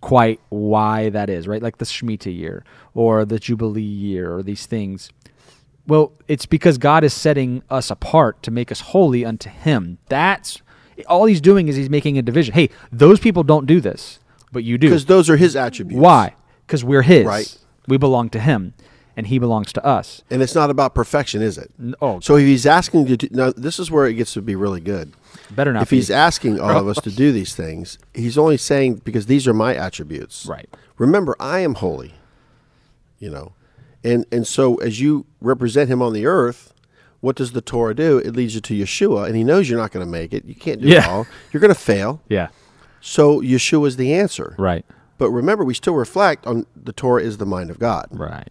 [SPEAKER 2] quite why that is, right? Like the Shemitah year or the Jubilee year or these things. Well, it's because God is setting us apart to make us holy unto Him. That's all He's doing is He's making a division. Hey, those people don't do this, but you do.
[SPEAKER 3] because those are his attributes.
[SPEAKER 2] Why? Because we're His.
[SPEAKER 3] Right.
[SPEAKER 2] We belong to Him, and He belongs to us.
[SPEAKER 3] And it's not about perfection, is it?
[SPEAKER 2] oh.
[SPEAKER 3] so if he's asking you to now, this is where it gets to be really good.
[SPEAKER 2] Better not
[SPEAKER 3] If he's
[SPEAKER 2] be.
[SPEAKER 3] asking all of us to do these things, he's only saying because these are my attributes.
[SPEAKER 2] Right.
[SPEAKER 3] Remember, I am holy. You know, and and so as you represent him on the earth, what does the Torah do? It leads you to Yeshua, and he knows you're not going to make it. You can't do it
[SPEAKER 2] Yeah.
[SPEAKER 3] all. You're going to fail.
[SPEAKER 2] Yeah.
[SPEAKER 3] So Yeshua is the answer.
[SPEAKER 2] Right.
[SPEAKER 3] But remember, we still reflect on the Torah is the mind of God.
[SPEAKER 2] Right.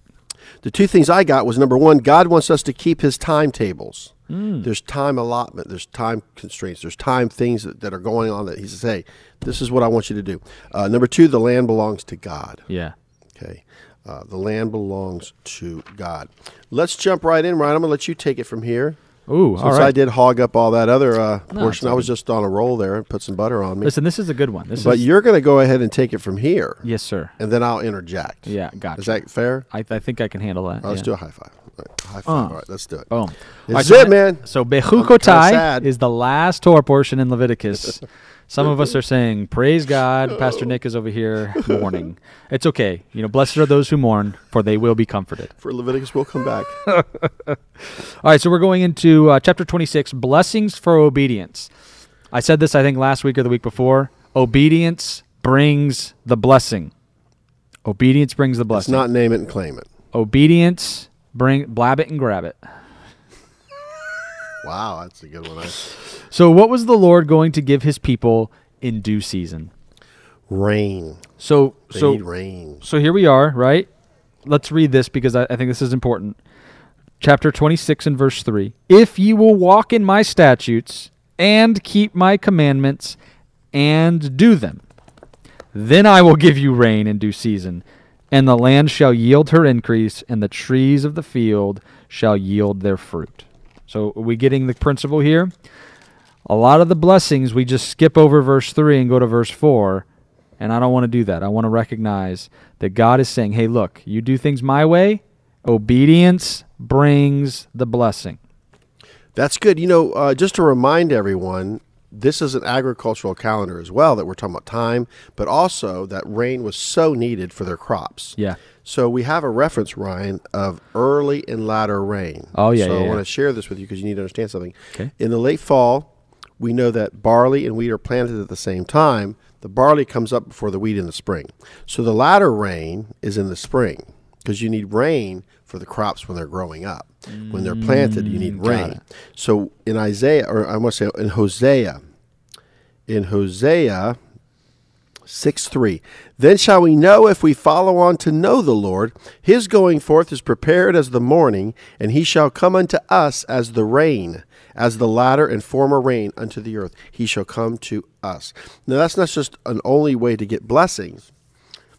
[SPEAKER 3] The two things I got was number one, God wants us to keep his timetables.
[SPEAKER 2] Hmm.
[SPEAKER 3] There's time allotment, there's time constraints, there's time things that, that are going on that he says, hey, this is what I want you to do. Uh, number two, the land belongs to God.
[SPEAKER 2] Yeah.
[SPEAKER 3] Okay. Uh, the land belongs to God. Let's jump right in, Ryan. I'm going to let you take it from here.
[SPEAKER 2] Ooh,
[SPEAKER 3] Since
[SPEAKER 2] all right.
[SPEAKER 3] I did hog up all that other uh,
[SPEAKER 2] it's
[SPEAKER 3] portion, I was just on a roll there and put some butter on me.
[SPEAKER 2] Listen, this is a good one. This
[SPEAKER 3] but
[SPEAKER 2] is
[SPEAKER 3] you're going to go ahead and take it from here,
[SPEAKER 2] yes, sir.
[SPEAKER 3] and then I'll interject.
[SPEAKER 2] Yeah, gotcha.
[SPEAKER 3] Is that fair?
[SPEAKER 2] I, I think I can handle that.
[SPEAKER 3] All right, let's
[SPEAKER 2] yeah. Oh.
[SPEAKER 3] do a high five. All right, high five. All right, let's do it.
[SPEAKER 2] Boom. All
[SPEAKER 3] This is
[SPEAKER 2] so ne-
[SPEAKER 3] it, man.
[SPEAKER 2] So
[SPEAKER 3] sad.
[SPEAKER 2] Bechukotai is the last Torah portion in Leviticus. Some of us are saying, "Praise God." Pastor Nick is over here mourning. It's okay. You know, blessed are those who mourn, for they will be comforted.
[SPEAKER 3] For Leviticus, we'll come back.
[SPEAKER 2] All right, so we're going into uh, chapter 26, blessings for obedience. I said this, I think, last week or the week before. Obedience brings the blessing. Obedience brings the
[SPEAKER 3] Let's
[SPEAKER 2] blessing.
[SPEAKER 3] not name it and claim it.
[SPEAKER 2] obedience bring blab it and grab it.
[SPEAKER 3] Wow, that's a good one. I,
[SPEAKER 2] So, what was the Lord going to give His people in due season?
[SPEAKER 3] rain.
[SPEAKER 2] So,
[SPEAKER 3] They
[SPEAKER 2] so
[SPEAKER 3] need rain.
[SPEAKER 2] So here we are, right? Let's read this because I, I think this is important. Chapter 26 and verse 3. If ye will walk in my statutes and keep my commandments and do them, then I will give you rain in due season, and the land shall yield her increase, and the trees of the field shall yield their fruit. So are we getting the principle here? a lot of the blessings we just skip over verse 3 and go to verse 4 and i don't want to do that i want to recognize that god is saying hey look you do things my way obedience brings the blessing
[SPEAKER 3] That's good. You know, uh, just to remind everyone, this is an agricultural calendar as well that we're talking about time, but also that rain was so needed for their crops.
[SPEAKER 2] yeah
[SPEAKER 3] So we have a reference, Ryan, of early and latter rain.
[SPEAKER 2] Oh, yeah,
[SPEAKER 3] So
[SPEAKER 2] yeah,
[SPEAKER 3] I
[SPEAKER 2] yeah.
[SPEAKER 3] want to share this with you because you need to understand something.
[SPEAKER 2] 'Kay.
[SPEAKER 3] In the late fall, we know that barley and wheat are planted at the same time. The barley comes up before the wheat in the spring. So the latter rain is in the spring because you need rain for the crops when they're growing up. When they're planted, you
[SPEAKER 2] Mm,
[SPEAKER 3] need rain. So in Isaiah, or I want to say in Hosea, in Hosea 6 3. Then shall we know if we follow on to know the Lord. His going forth is prepared as the morning, and he shall come unto us as the rain, as the latter and former rain unto the earth. He shall come to us. Now, that's not just an only way to get blessings.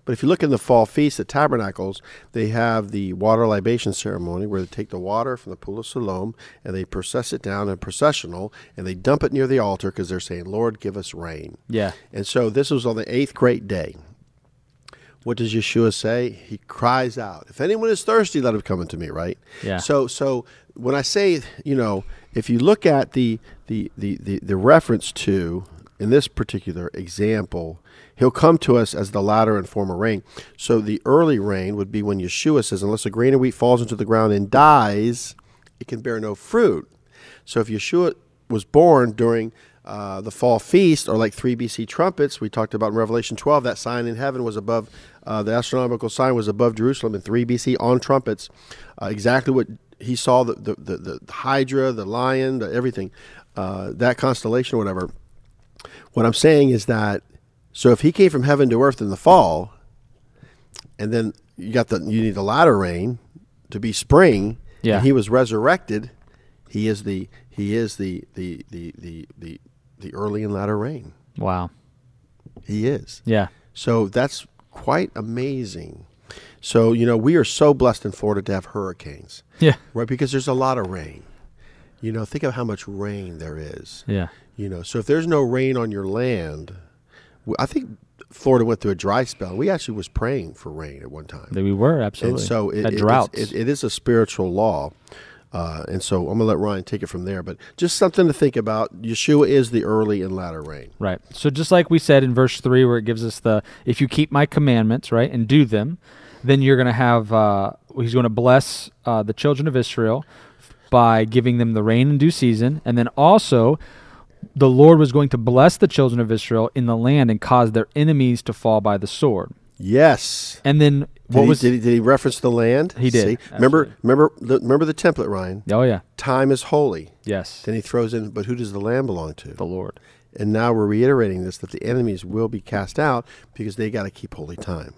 [SPEAKER 3] But if you look in the fall feast at Tabernacles, they have the water libation ceremony where they take the water from the pool of Siloam and they process it down in processional and they dump it near the altar because they're saying, Lord, give us rain.
[SPEAKER 2] yeah
[SPEAKER 3] And so this was on the eighth great day. What does Yeshua say? He cries out, "If anyone is thirsty, let him come unto me." Right.
[SPEAKER 2] Yeah.
[SPEAKER 3] So, so when I say, you know, if you look at the the the the, the reference to in this particular example, he'll come to us as the latter and former rain. So the early rain would be when Yeshua says, "Unless a grain of wheat falls into the ground and dies, it can bear no fruit." So if Yeshua was born during uh, the fall feast, or like three BC trumpets, we talked about in Revelation 12, that sign in heaven was above, uh, the astronomical sign was above Jerusalem in 3 BC on trumpets. Uh, exactly what he saw the, the, the, the Hydra, the lion, the everything, uh, that constellation, whatever. What I'm saying is that, so if he came from heaven to earth in the fall, and then you got the you need the latter rain to be spring.
[SPEAKER 2] Yeah.
[SPEAKER 3] And he was resurrected. He is the he is the the the the the, the early and latter rain.
[SPEAKER 2] wow
[SPEAKER 3] He is.
[SPEAKER 2] yeah
[SPEAKER 3] So that's quite amazing. So, you know, we are so blessed in Florida to have hurricanes,
[SPEAKER 2] Yeah.
[SPEAKER 3] right? Because there's a lot of rain. You know, think of how much rain there is.
[SPEAKER 2] Yeah.
[SPEAKER 3] You know, so if there's no rain on your land, w- I think Florida went through a dry spell. We actually was praying for rain at one time.
[SPEAKER 2] They- We were absolutely.
[SPEAKER 3] And so it,
[SPEAKER 2] Had
[SPEAKER 3] it- it's-
[SPEAKER 2] droughts.
[SPEAKER 3] It, it is a spiritual law. Uh, and so I'm going to let Ryan take it from there. But just something to think about. Yeshua is the early and latter rain.
[SPEAKER 2] Right. So just like we said in verse three, where it gives us the if you keep my commandments, right, and do them, then you're going to have uh, he's going to bless uh, the children of Israel by giving them the rain in due season, and then also the Lord was going to bless the children of Israel in the land and cause their enemies to fall by the sword.
[SPEAKER 3] Yes.
[SPEAKER 2] And then
[SPEAKER 3] Did,
[SPEAKER 2] what
[SPEAKER 3] he,
[SPEAKER 2] was
[SPEAKER 3] did, he, did he reference the land?
[SPEAKER 2] He did,
[SPEAKER 3] See? Remember, remember, the, remember the template, Ryan.
[SPEAKER 2] oh yeah
[SPEAKER 3] Time is holy.
[SPEAKER 2] yes
[SPEAKER 3] Then he throws in, but who does the land belong to?
[SPEAKER 2] the Lord
[SPEAKER 3] And now we're reiterating this that the enemies will be cast out because they got to keep holy time.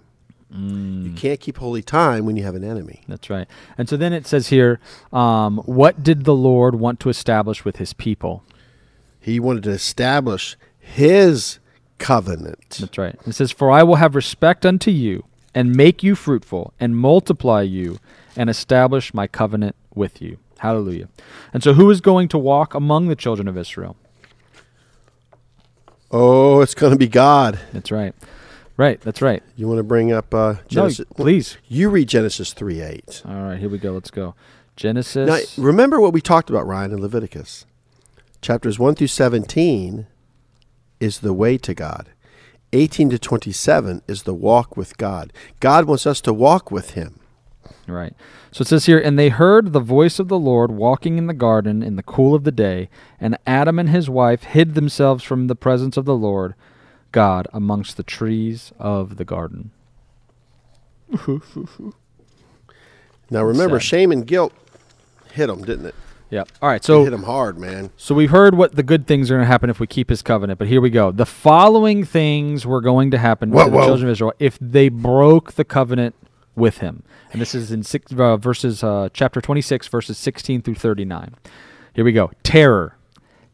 [SPEAKER 3] You can't keep holy time when you have an enemy.
[SPEAKER 2] that's right. And so then it says here, um, what did the Lord want to establish with His people?
[SPEAKER 3] He wanted to establish his covenant.
[SPEAKER 2] That's right. It says, For I will have respect unto you, and make you fruitful, and multiply you, and establish my covenant with you. Hallelujah. And so, who is going to walk among the children of Israel?
[SPEAKER 3] Oh, it's going to be God.
[SPEAKER 2] That's right. Right. That's right.
[SPEAKER 3] You want to bring up uh, Genesis?
[SPEAKER 2] No, please.
[SPEAKER 3] You read Genesis 3 8.
[SPEAKER 2] All right. Here we go. Let's go.
[SPEAKER 3] Now,
[SPEAKER 2] Genesis.
[SPEAKER 3] remember what we talked about, Ryan, in Leviticus. Chapters 1 through 17 is the way to God, 18 to 27 is the walk with God. God wants us to walk with Him.
[SPEAKER 2] Right. So it says here, and they heard the voice of the Lord walking in the garden in the cool of the day, and Adam and his wife hid themselves from the presence of the Lord God amongst the trees of the garden.
[SPEAKER 3] Now, remember,
[SPEAKER 2] sad.
[SPEAKER 3] shame and guilt hit him, didn't it?
[SPEAKER 2] Yeah. All right.
[SPEAKER 3] It
[SPEAKER 2] So
[SPEAKER 3] hit him hard, man.
[SPEAKER 2] So we've heard what the good things are going to happen if we keep his covenant, but here we go. The following things were going to happen
[SPEAKER 3] Whoa,
[SPEAKER 2] to the
[SPEAKER 3] whoa.
[SPEAKER 2] children of Israel if they broke the covenant with him. And this is in six, uh, verses uh, chapter 26 verses 16 through 39. Here we go. Terror.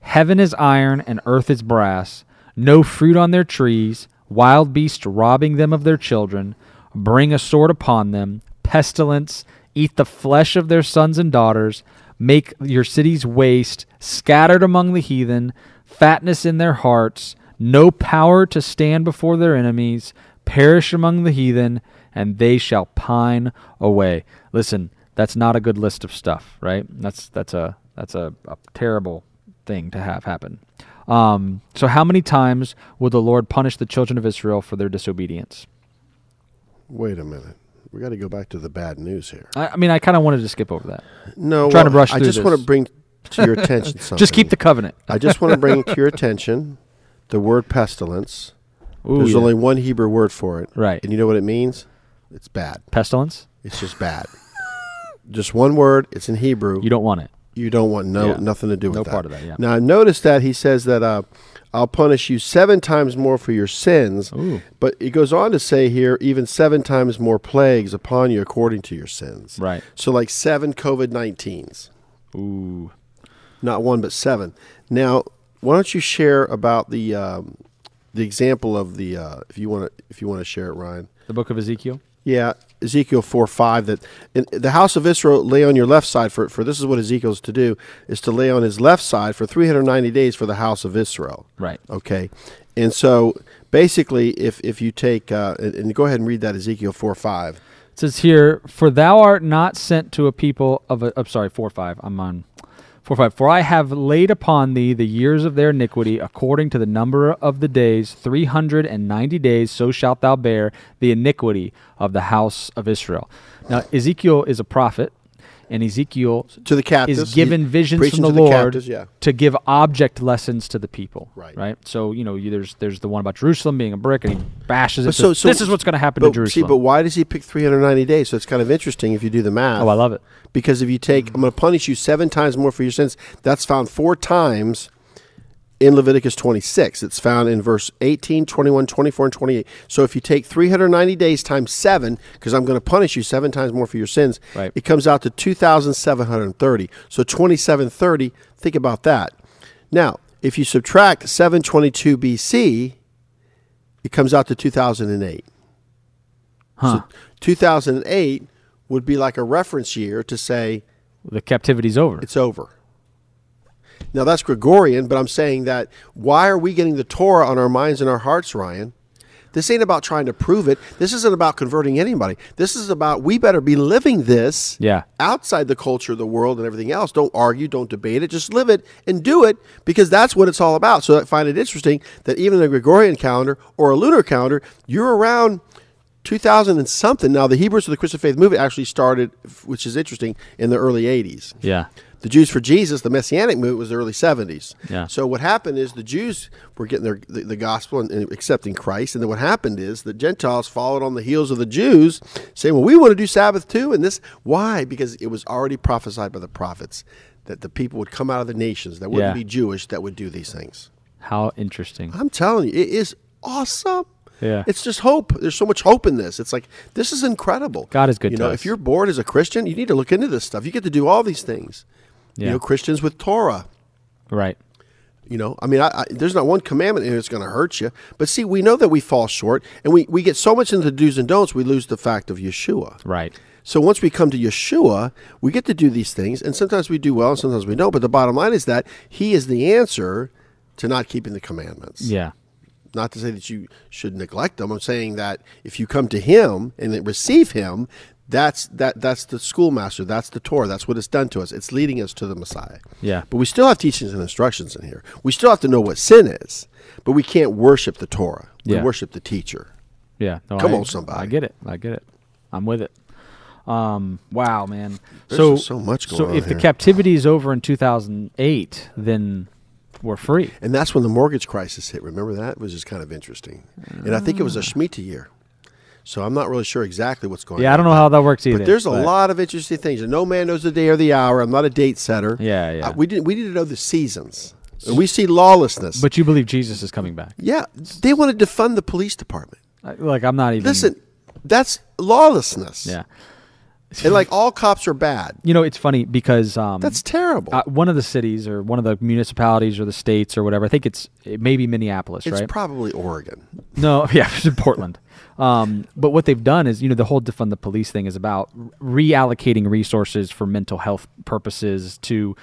[SPEAKER 2] Heaven is iron and earth is brass. No fruit on their trees, wild beasts robbing them of their children, bring a sword upon them, pestilence, eat the flesh of their sons and daughters, make your cities waste, scattered among the heathen, fatness in their hearts, no power to stand before their enemies, perish among the heathen, and they shall pine away. Listen, that's not a good list of stuff, right? That's that's a that's a, a terrible thing to have happen. Um, so, how many times will the Lord punish the children of Israel for their disobedience?
[SPEAKER 3] Wait a minute. We got to go back to the bad news here.
[SPEAKER 2] I, I mean, I kind of wanted to skip over that.
[SPEAKER 3] No,
[SPEAKER 2] trying to
[SPEAKER 3] well,
[SPEAKER 2] brush
[SPEAKER 3] I
[SPEAKER 2] through
[SPEAKER 3] just want
[SPEAKER 2] this.
[SPEAKER 3] to bring to your attention something.
[SPEAKER 2] Just keep the covenant.
[SPEAKER 3] I just want to bring to your attention the word pestilence.
[SPEAKER 2] Ooh,
[SPEAKER 3] There's
[SPEAKER 2] yeah.
[SPEAKER 3] only one Hebrew word for it.
[SPEAKER 2] Right.
[SPEAKER 3] And you know what it means? It's bad.
[SPEAKER 2] pestilence.
[SPEAKER 3] It's just bad. just one word. It's in Hebrew.
[SPEAKER 2] You don't want it.
[SPEAKER 3] You don't want no
[SPEAKER 2] Yeah.
[SPEAKER 3] nothing to do with
[SPEAKER 2] No
[SPEAKER 3] that.
[SPEAKER 2] part of that, yeah.
[SPEAKER 3] Now notice that he says that uh, I'll punish you seven times more for your sins.
[SPEAKER 2] Ooh.
[SPEAKER 3] But it goes on to say here, even seven times more plagues upon you according to your sins.
[SPEAKER 2] Right.
[SPEAKER 3] So like seven COVID 19s.
[SPEAKER 2] Ooh.
[SPEAKER 3] not one but seven. Now, why don't you share about the um, the example of the uh, if you want to if you want to share it, Ryan?
[SPEAKER 2] The book of Ezekiel.
[SPEAKER 3] Yeah, Ezekiel four five that and the house of Israel lay on your left side for for this is what Ezekiel's to do is to lay on his left side for three hundred ninety days for the house of Israel.
[SPEAKER 2] Right.
[SPEAKER 3] Okay, and so basically, if if you take uh, and, and go ahead and read that Ezekiel four five.
[SPEAKER 2] It says here, "For thou art not sent to a people of a." I'm sorry, four five. I'm on four five. For I have laid upon thee the years of their iniquity, according to the number of the days, three hundred and ninety days. So shalt thou bear the iniquity of the house of Israel. Now Ezekiel is a prophet, and Ezekiel
[SPEAKER 3] To the captives,
[SPEAKER 2] is given
[SPEAKER 3] he-
[SPEAKER 2] visions
[SPEAKER 3] preaching
[SPEAKER 2] from the,
[SPEAKER 3] to the
[SPEAKER 2] Lord
[SPEAKER 3] captives, yeah.
[SPEAKER 2] to give object lessons to the people.
[SPEAKER 3] Right.
[SPEAKER 2] Right. So you know, you, there's there's the one about Jerusalem being a brick, and he bashes it.
[SPEAKER 3] But so-
[SPEAKER 2] says,
[SPEAKER 3] so-
[SPEAKER 2] this is what's going to happen to
[SPEAKER 3] But see,
[SPEAKER 2] Jerusalem.
[SPEAKER 3] but why does he pick 390 days? So it's kind of interesting if you do the math.
[SPEAKER 2] Oh, I love it.
[SPEAKER 3] Because if you take, I'm going to punish you seven times more for your sins. That's found four times in Leviticus 26. It's found in verse 18, 21, 24, and 28. So if you take 390 days times seven, because I'm going to punish you seven times more for your sins,
[SPEAKER 2] Right.
[SPEAKER 3] it comes out to 2,730. So 2730, think about that. Now, if you subtract 722 BC, it comes out to 2008.
[SPEAKER 2] Huh.
[SPEAKER 3] So 2008 would be like a reference year to say
[SPEAKER 2] The captivity's over.
[SPEAKER 3] it's over. Now that's Gregorian, but I'm saying that why are we getting the Torah on our minds and our hearts, Ryan? This ain't about trying to prove it. This isn't about converting anybody. This is about we better be living this
[SPEAKER 2] Yeah.
[SPEAKER 3] outside the culture of the world and everything else. Don't argue, don't debate it, just live it and do it because that's what it's all about. So I find it interesting that even in a Gregorian calendar or a lunar calendar, you're around 2000 and something. Now, the Hebrews of the Christian Faith movement actually started, which is interesting, in the early 80s.
[SPEAKER 2] yeah.
[SPEAKER 3] The Jews for Jesus, the Messianic movement, was the early 70s.
[SPEAKER 2] Yeah.
[SPEAKER 3] So what happened is the Jews were getting their the, the gospel and, and accepting Christ, and then what happened is the Gentiles followed on the heels of the Jews, saying, "Well, we want to do Sabbath too." And this why? Because it was already prophesied by the prophets that the people would come out of the nations that wouldn't
[SPEAKER 2] Yeah.
[SPEAKER 3] be Jewish that would do these things.
[SPEAKER 2] How interesting.
[SPEAKER 3] I'm telling you, it is awesome.
[SPEAKER 2] Yeah.
[SPEAKER 3] It's just hope. There's so much hope in this. It's like this is incredible.
[SPEAKER 2] God is good
[SPEAKER 3] You
[SPEAKER 2] to
[SPEAKER 3] know,
[SPEAKER 2] us.
[SPEAKER 3] if you're bored as a Christian, you need to look into this stuff. You get to do all these things.
[SPEAKER 2] Yeah.
[SPEAKER 3] You know, Christians with Torah.
[SPEAKER 2] Right.
[SPEAKER 3] You know, I mean, I, I, there's not one commandment in here that's going to hurt you. But see, we know that we fall short, and we, we get so much into the do's and don'ts, we lose the fact of Yeshua.
[SPEAKER 2] Right.
[SPEAKER 3] So once we come to Yeshua, we get to do these things, and sometimes we do well, and sometimes we don't. But the bottom line is that He is the answer to not keeping the commandments
[SPEAKER 2] Yeah.
[SPEAKER 3] not to say that you should neglect them. I'm saying that if you come to him and then receive him, that's that that's the schoolmaster, that's the Torah, that's what it's done to us. It's leading us to the Messiah.
[SPEAKER 2] Yeah.
[SPEAKER 3] But we still have teachings and instructions in here. We still have to know what sin is, but we can't worship the Torah. We
[SPEAKER 2] Yeah.
[SPEAKER 3] worship the teacher.
[SPEAKER 2] Yeah. No,
[SPEAKER 3] Come
[SPEAKER 2] I-
[SPEAKER 3] on, somebody.
[SPEAKER 2] I get it. I get it. I'm with it. Um, wow, man.
[SPEAKER 3] There's
[SPEAKER 2] so
[SPEAKER 3] just so much
[SPEAKER 2] So
[SPEAKER 3] going on
[SPEAKER 2] if
[SPEAKER 3] here.
[SPEAKER 2] the captivity is over in 2008, then we're free.
[SPEAKER 3] And that's when the mortgage crisis hit. Remember that? It was just kind of interesting. And I think it was a
[SPEAKER 2] Ah.
[SPEAKER 3] Shemitah year. So I'm not really sure exactly what's going on.
[SPEAKER 2] Yeah, I don't know how that works either.
[SPEAKER 3] But there's a lot of interesting things, and no man knows the day or the hour. I'm not a date setter.
[SPEAKER 2] Yeah, yeah.
[SPEAKER 3] Uh, we did. We need to know the seasons. And we see lawlessness.
[SPEAKER 2] But you believe Jesus is coming back?
[SPEAKER 3] yeah, they want to defund the police department.
[SPEAKER 2] I- Like I'm not even.
[SPEAKER 3] Listen, that's lawlessness.
[SPEAKER 2] Mm. Yeah.
[SPEAKER 3] and like all cops are bad.
[SPEAKER 2] You know, it's funny because um,
[SPEAKER 3] That's terrible.
[SPEAKER 2] uh, one of the cities or one of the municipalities or the states or whatever. I think it's it may be Minneapolis,
[SPEAKER 3] it's
[SPEAKER 2] right?
[SPEAKER 3] probably Oregon.
[SPEAKER 2] No, yeah, it's in Portland. Um, but what they've done is, you know, the whole defund the police thing is about reallocating resources for mental health purposes to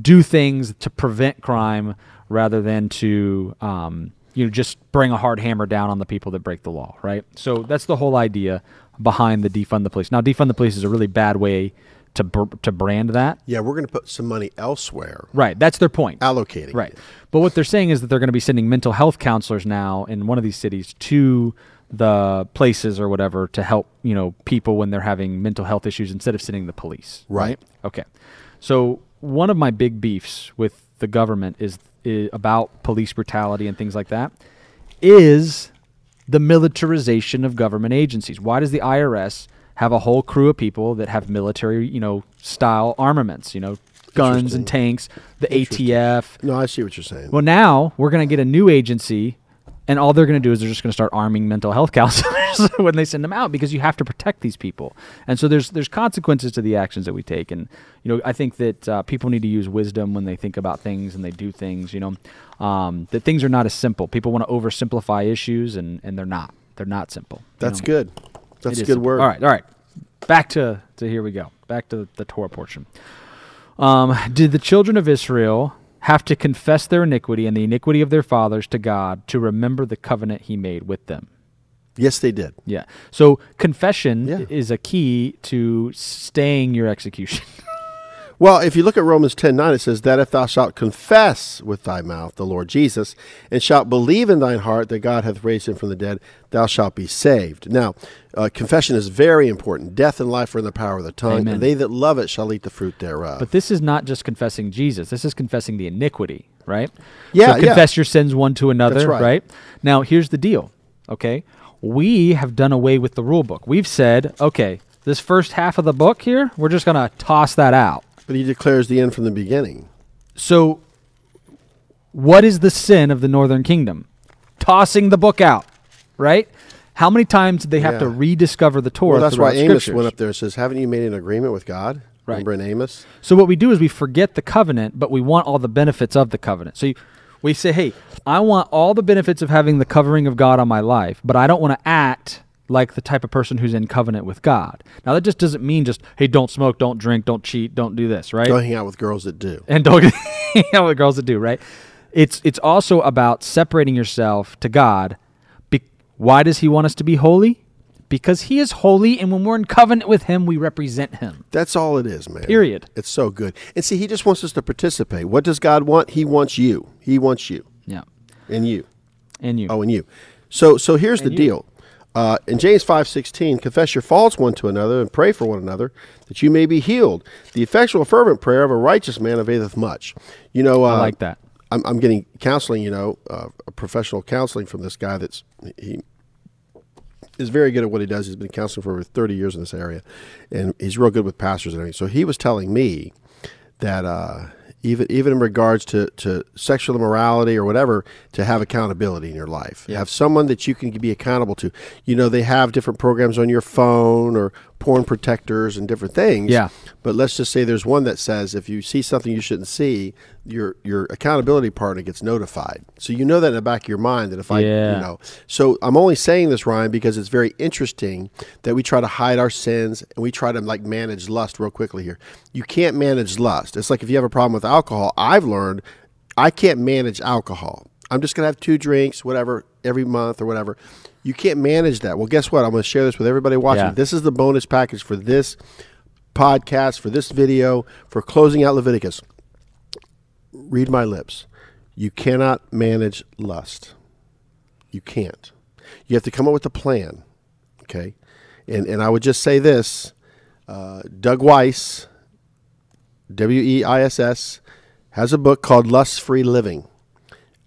[SPEAKER 2] do things to prevent crime rather than to, um, you know, just bring a hard hammer down on the people that break the law, right? So that's the whole idea behind the defund the police. Now, defund the police is a really bad way to br- to brand that.
[SPEAKER 3] Yeah, we're going to put some money elsewhere,
[SPEAKER 2] Right, that's their point.
[SPEAKER 3] allocating. it.
[SPEAKER 2] Right. But what they're saying is that they're going to be sending mental health counselors now in one of these cities to the places or whatever to help, you know, people when they're having mental health issues instead of sending the police.
[SPEAKER 3] Right.
[SPEAKER 2] Okay. So one of my big beefs with the government is, i about police brutality and things like that is the militarization of government agencies. Why does the IRS have a whole crew of people that have military, you know, style armaments, you know, guns and tanks, the ATF,
[SPEAKER 3] No, I see what you're saying.
[SPEAKER 2] well, now we're going to get a new agency, and all they're going to do is they're just going to start arming mental health counselors when they send them out because you have to protect these people. And so there's there's consequences to the actions that we take. And you know, I think that uh, people need to use wisdom when they think about things and they do things. You know, um, that things are not as simple. People want to oversimplify issues, and and they're not. They're not simple. you
[SPEAKER 3] that's
[SPEAKER 2] know?
[SPEAKER 3] good. That's
[SPEAKER 2] It is
[SPEAKER 3] good
[SPEAKER 2] simple.
[SPEAKER 3] work.
[SPEAKER 2] All right, all right. Back to to here we go. Back to the Torah portion. Um, did the children of Israel have to confess their iniquity and the iniquity of their fathers to God to remember the covenant He made with them?
[SPEAKER 3] Yes, they did.
[SPEAKER 2] Yeah. So confession
[SPEAKER 3] Yeah.
[SPEAKER 2] is a key to staying your execution.
[SPEAKER 3] Well, if you look at Romans ten nine, it says that if thou shalt confess with thy mouth the Lord Jesus, and shalt believe in thine heart that God hath raised him from the dead, thou shalt be saved. Now, uh, confession is very important. Death and life are in the power of the tongue,
[SPEAKER 2] Amen.
[SPEAKER 3] and they that love it shall eat the fruit thereof.
[SPEAKER 2] but this is not just confessing Jesus. This is confessing the iniquity, right?
[SPEAKER 3] Yeah,
[SPEAKER 2] So
[SPEAKER 3] yeah.
[SPEAKER 2] confess your sins one to another,
[SPEAKER 3] That's right.
[SPEAKER 2] Now, here's the deal, okay? We have done away with the rule book. We've said, okay, this first half of the book here, we're just going to toss that out.
[SPEAKER 3] but he declares the end from the beginning.
[SPEAKER 2] So, what is the sin of the northern kingdom? Tossing the book out, right? How many times did they have to
[SPEAKER 3] Yeah.
[SPEAKER 2] rediscover the Torah?
[SPEAKER 3] Well, that's why
[SPEAKER 2] throughout
[SPEAKER 3] Amos
[SPEAKER 2] scriptures?
[SPEAKER 3] went up there and says, "Haven't you made an agreement with God?"
[SPEAKER 2] Right.
[SPEAKER 3] Remember in Amos,
[SPEAKER 2] So what we do is we forget the covenant, but we want all the benefits of the covenant. So you, we say, "Hey, I want all the benefits of having the covering of God on my life, but I don't want to act like the type of person who's in covenant with God. Now that just doesn't mean just hey, don't smoke, don't drink, don't cheat, don't do this, right?
[SPEAKER 3] Go hang out with girls that do.
[SPEAKER 2] and don't get you know what girls to do, right? It's it's also about separating yourself to God. Be- why does He want us to be holy? Because He is holy, and when we're in covenant with Him, we represent Him.
[SPEAKER 3] That's all it is, man.
[SPEAKER 2] Period.
[SPEAKER 3] It's so good. And see, he just wants us to participate. What does God want? He wants you. He wants you.
[SPEAKER 2] Yeah,
[SPEAKER 3] And you.
[SPEAKER 2] and you.
[SPEAKER 3] Oh, and you. So so here's the deal. Uh, in James five sixteen, confess your faults one to another and pray for one another that you may be healed. The effectual fervent prayer of a righteous man availeth much. You know, uh,
[SPEAKER 2] I like that.
[SPEAKER 3] I'm, I'm getting counseling. You know, uh, professional counseling from this guy. That's he is very good at what he does. He's been counseling for over 30 years in this area, and he's real good with pastors and everything. So he was telling me that uh, even even in regards to, to sexual immorality or whatever, to have accountability in your life, have someone that you can be accountable to. You know, they have different programs on your phone or porn protectors and different things.
[SPEAKER 2] Yeah.
[SPEAKER 3] But let's just say there's one that says if you see something you shouldn't see, your your accountability partner gets notified. So you know that in the back of your mind that if I
[SPEAKER 2] Yeah.
[SPEAKER 3] you know so I'm only saying this, Ryan, because it's very interesting that we try to hide our sins and we try to like manage lust real quickly here. You can't manage lust. It's like if you have a problem with alcohol, I've learned I can't manage alcohol. I'm just gonna have two drinks, whatever, every month or whatever. You can't manage that. Well, guess what? I'm gonna share this with everybody watching.
[SPEAKER 2] Yeah.
[SPEAKER 3] This is the bonus package for this podcast, for this video, for closing out Leviticus. Read my lips. You cannot manage lust. You can't. You have to come up with a plan. Okay. And, and I would just say this uh, Doug Weiss, W E I S S, has a book called Lust Free Living.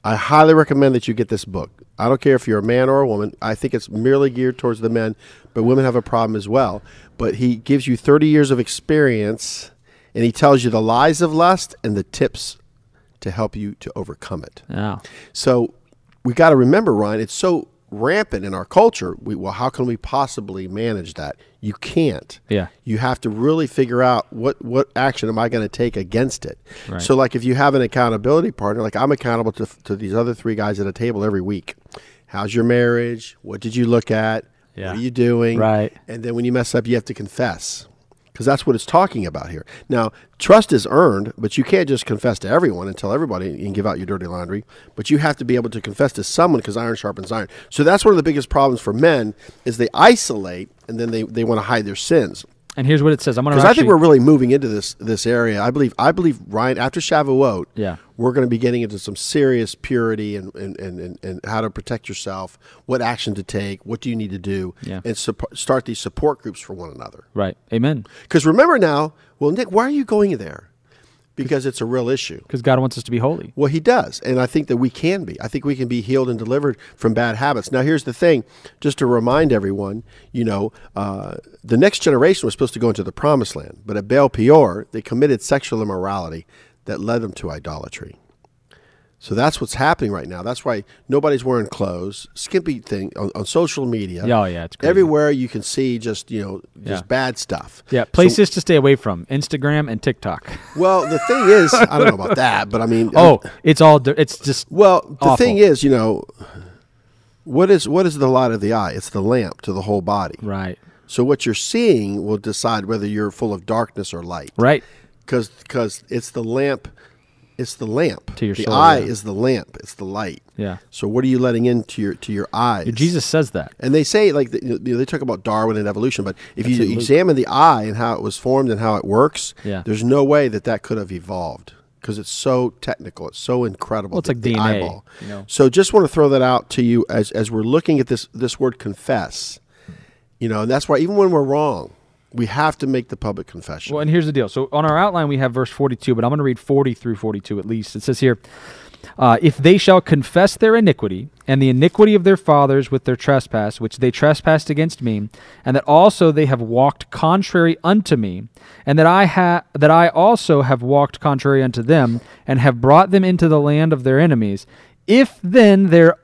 [SPEAKER 3] I highly recommend that you get this book. I don't care if you're a man or a woman. I think it's merely geared towards the men, but women have a problem as well. But he gives you 30 years of experience and he tells you the lies of lust and the tips to help you to overcome it.
[SPEAKER 2] Yeah.
[SPEAKER 3] So we got to remember, Ryan, it's so rampant in our culture. We, well, how can we possibly manage that? You can't.
[SPEAKER 2] Yeah.
[SPEAKER 3] You have to really figure out what what action am I going to take against it.
[SPEAKER 2] Right.
[SPEAKER 3] So, like, if you have an accountability partner, like I'm accountable to, to these other three guys at a table every week. How's your marriage? What did you look at?
[SPEAKER 2] Yeah.
[SPEAKER 3] What are you doing?
[SPEAKER 2] Right.
[SPEAKER 3] And then when you mess up, you have to confess. Because that's what it's talking about here. Now, trust is earned, but you can't just confess to everyone and tell everybody and give out your dirty laundry. But you have to be able to confess to someone because iron sharpens iron. So that's one of the biggest problems for men is they isolate and then they, they want to hide their sins.
[SPEAKER 2] And here's what it says. I'm gonna.
[SPEAKER 3] Because I
[SPEAKER 2] Actually,
[SPEAKER 3] think we're really moving into this this area. I believe I believe Ryan after Shavuot,
[SPEAKER 2] Yeah.
[SPEAKER 3] we're going to be getting into some serious purity and and, and, and and how to protect yourself, what action to take, what do you need to do,
[SPEAKER 2] Yeah.
[SPEAKER 3] and supp- start these support groups for one another.
[SPEAKER 2] right. Amen.
[SPEAKER 3] Because remember now, well, Nick, why are you going there? Because it's a real issue.
[SPEAKER 2] Because God wants us to be holy.
[SPEAKER 3] Well, he does. And I think that we can be. I think we can be healed and delivered from bad habits. Now, here's the thing just to remind everyone, you know, uh, the next generation was supposed to go into the promised land, but at Baal Peor, they committed sexual immorality that led them to idolatry. So that's what's happening right now. That's why nobody's wearing clothes. Skimpy thing on, on social media.
[SPEAKER 2] Yeah, oh, yeah, it's crazy.
[SPEAKER 3] everywhere you can see just you know just
[SPEAKER 2] Yeah.
[SPEAKER 3] bad stuff.
[SPEAKER 2] Yeah.
[SPEAKER 3] So-
[SPEAKER 2] Places to stay away from: Instagram and TikTok.
[SPEAKER 3] well, the thing is, I don't know about that, but I mean,
[SPEAKER 2] Oh, it's all. di- It's just.
[SPEAKER 3] well, the
[SPEAKER 2] awful.
[SPEAKER 3] thing is, you know, what is what is the light of the eye? It's the lamp to the whole body.
[SPEAKER 2] Right.
[SPEAKER 3] So what you're seeing will decide whether you're full of darkness or light.
[SPEAKER 2] Right.
[SPEAKER 3] Because because it's the lamp, it's the lamp.
[SPEAKER 2] To your
[SPEAKER 3] the
[SPEAKER 2] soul,
[SPEAKER 3] eye
[SPEAKER 2] yeah.
[SPEAKER 3] is the lamp. It's the light.
[SPEAKER 2] Yeah.
[SPEAKER 3] So what are you letting into your to your eyes?
[SPEAKER 2] Jesus says that.
[SPEAKER 3] And they say like th- you know, they talk about Darwin and evolution, but if you
[SPEAKER 2] in Luke.
[SPEAKER 3] examine the eye and how it was formed and how it works,
[SPEAKER 2] Yeah.
[SPEAKER 3] there's no way that that could have evolved because it's so technical, it's so incredible.
[SPEAKER 2] Well, it's
[SPEAKER 3] the-
[SPEAKER 2] like
[SPEAKER 3] the
[SPEAKER 2] DNA,
[SPEAKER 3] eyeball.
[SPEAKER 2] you know.
[SPEAKER 3] So just want to throw that out to you as as we're looking at this this word confess, you know, and that's why even when we're wrong, we have to make the public confession.
[SPEAKER 2] Well, and here's the deal. So on our outline, we have verse 42, but I'm going to read 40 through 42 at least. It says here, uh, If they shall confess their iniquity and the iniquity of their fathers with their trespass, which they trespassed against me, and that also they have walked contrary unto me, and that I ha- that I also have walked contrary unto them, and have brought them into the land of their enemies. If then their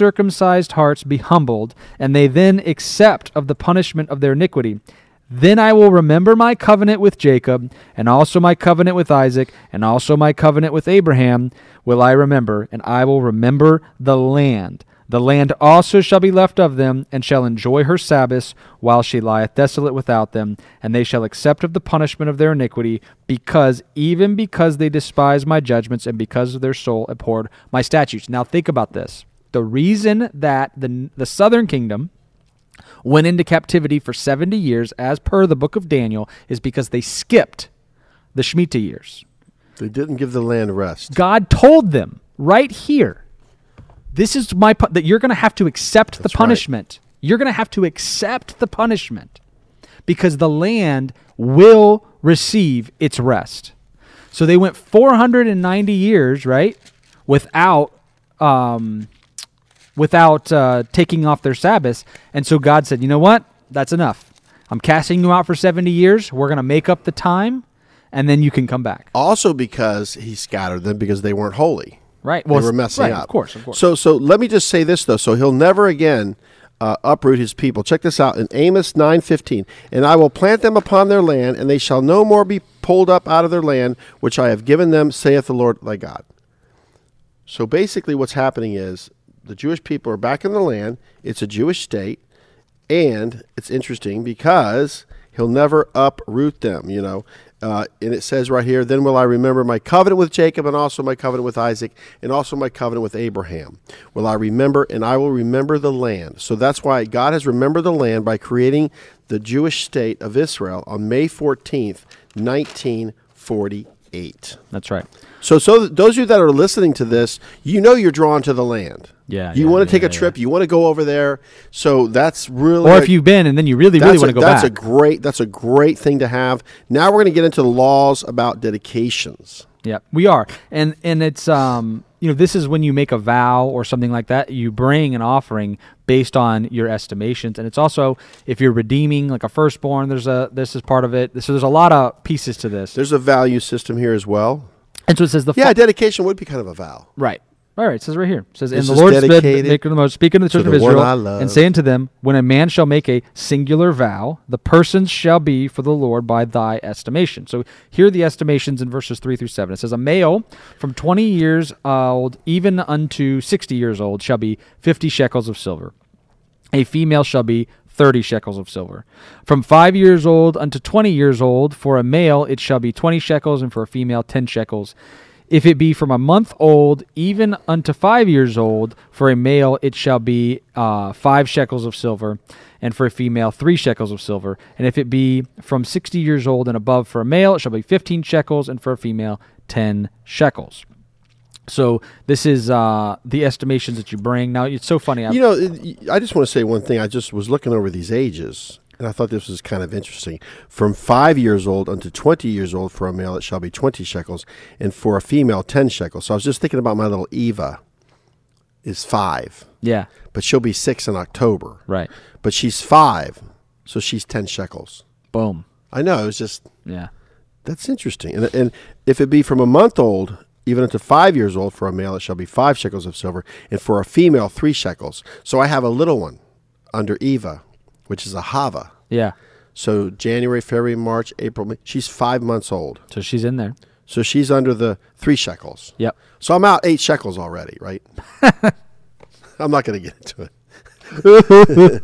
[SPEAKER 2] uncircumcised hearts be humbled, and they then accept of the punishment of their iniquity, then I will remember my covenant with Jacob, and also my covenant with Isaac, and also my covenant with Abraham will I remember, and I will remember the land, The land also shall be left of them, and shall enjoy her Sabbaths, while she lieth desolate without them, and they shall accept of the punishment of their iniquity, because even because they despise my judgments, and because of their soul abhorred my statutes. Now think about this. The reason that the, the southern kingdom went into captivity for 70 years, as per the book of Daniel, is because they skipped the Shemitah years.
[SPEAKER 3] They didn't give the land rest.
[SPEAKER 2] God told them right here, this is my pu- that you're going to have to accept the
[SPEAKER 3] That's right.
[SPEAKER 2] punishment. You're going to have to accept the punishment because the land will receive its rest. So they went 490 years, right, without um, without uh, taking off their Sabbaths. And so God said, you know what? That's enough. I'm casting you out for 70 years. We're going to make up the time, and then you can come back.
[SPEAKER 3] Also, because he scattered them because they weren't holy.
[SPEAKER 2] Right.
[SPEAKER 3] they were messing
[SPEAKER 2] right,
[SPEAKER 3] up.
[SPEAKER 2] Of course, of course.
[SPEAKER 3] So, so let me just say this though. So he'll never again uh, uproot his people. Check this out in Amos nine fifteen. And I will plant them upon their land, and they shall no more be pulled up out of their land, which I have given them, saith the Lord thy God. So basically, what's happening is the Jewish people are back in the land. It's a Jewish state, and it's interesting because he'll never uproot them. You know, uh, and it says right here, "Then will I remember my covenant with Jacob, and also my covenant with Isaac, and also my covenant with Abraham. Will I remember, and I will remember the land." So that's why God has remembered the land by creating the Jewish state of Israel on May fourteenth, nineteen forty-eight.
[SPEAKER 2] That's right.
[SPEAKER 3] So, so th- those of you that are listening to this, you know you're drawn to the land.
[SPEAKER 2] Yeah,
[SPEAKER 3] You
[SPEAKER 2] yeah,
[SPEAKER 3] want
[SPEAKER 2] yeah,
[SPEAKER 3] to take
[SPEAKER 2] yeah,
[SPEAKER 3] a trip. You want to go over there. So that's really.
[SPEAKER 2] Or
[SPEAKER 3] a-
[SPEAKER 2] if you've been and then you really,
[SPEAKER 3] that's
[SPEAKER 2] really
[SPEAKER 3] a-
[SPEAKER 2] want to go
[SPEAKER 3] that's
[SPEAKER 2] back.
[SPEAKER 3] a great. That's a great thing to have. Now we're going to get into the laws about dedications.
[SPEAKER 2] Yeah, we are, and and it's um you know this is when you make a vow or something like that. You bring an offering based on your estimations, and it's also if you're redeeming like a firstborn. There's a this is part of it. So there's a lot of pieces to this,
[SPEAKER 3] There's a value system here as well.
[SPEAKER 2] and so it says the
[SPEAKER 3] Yeah, dedication would be kind of a vow.
[SPEAKER 2] Right. All right. It says right here. It says,
[SPEAKER 3] This
[SPEAKER 2] "And
[SPEAKER 3] is
[SPEAKER 2] the Lord sped,
[SPEAKER 3] dedicated
[SPEAKER 2] make the most, speaking to the children
[SPEAKER 3] the
[SPEAKER 2] of
[SPEAKER 3] one
[SPEAKER 2] Israel,
[SPEAKER 3] I love.
[SPEAKER 2] and saying to them, When a man shall make a singular vow, the persons shall be for the Lord by thy estimation." So here are the estimations in verses three through seven. It says, "A male from twenty years old even unto sixty years old shall be fifty shekels of silver." a female shall be 30 shekels of silver. From 5 years old unto 20 years old, for a male it shall be 20 shekels, and for a female 10 shekels. If it be from a month old, even unto 5 years old, for a male it shall be uh, 5 shekels of silver, and for a female 3 shekels of silver. And if it be from 60 years old and above for a male, it shall be 15 shekels, and for a female 10 shekels. So this is uh, the estimations that you bring. Now it's so funny. I-
[SPEAKER 3] You know, it- I just want to say one thing. I just was looking over these ages, and I thought this was kind of interesting. From five years old unto 20 years old for a male, it shall be 20 shekels, and for a female, 10 shekels. So I was just thinking about my little Eva is five,
[SPEAKER 2] yeah,
[SPEAKER 3] but she'll be six in October.
[SPEAKER 2] right.
[SPEAKER 3] But she's five, so she's 10 shekels.
[SPEAKER 2] Boom.
[SPEAKER 3] I know, it was just,
[SPEAKER 2] Yeah.
[SPEAKER 3] that's interesting. And, and if it be from a month old, even unto five years old for a male, it shall be five shekels of silver, and for a female, three shekels. So I have a little one under Eva, which is a Hava.
[SPEAKER 2] Yeah.
[SPEAKER 3] So January, February, March, April, May, she's five months old.
[SPEAKER 2] So she's in there.
[SPEAKER 3] So she's under the three shekels.
[SPEAKER 2] Yep.
[SPEAKER 3] So I'm out eight shekels already, right? I'm not going to get into it.
[SPEAKER 2] You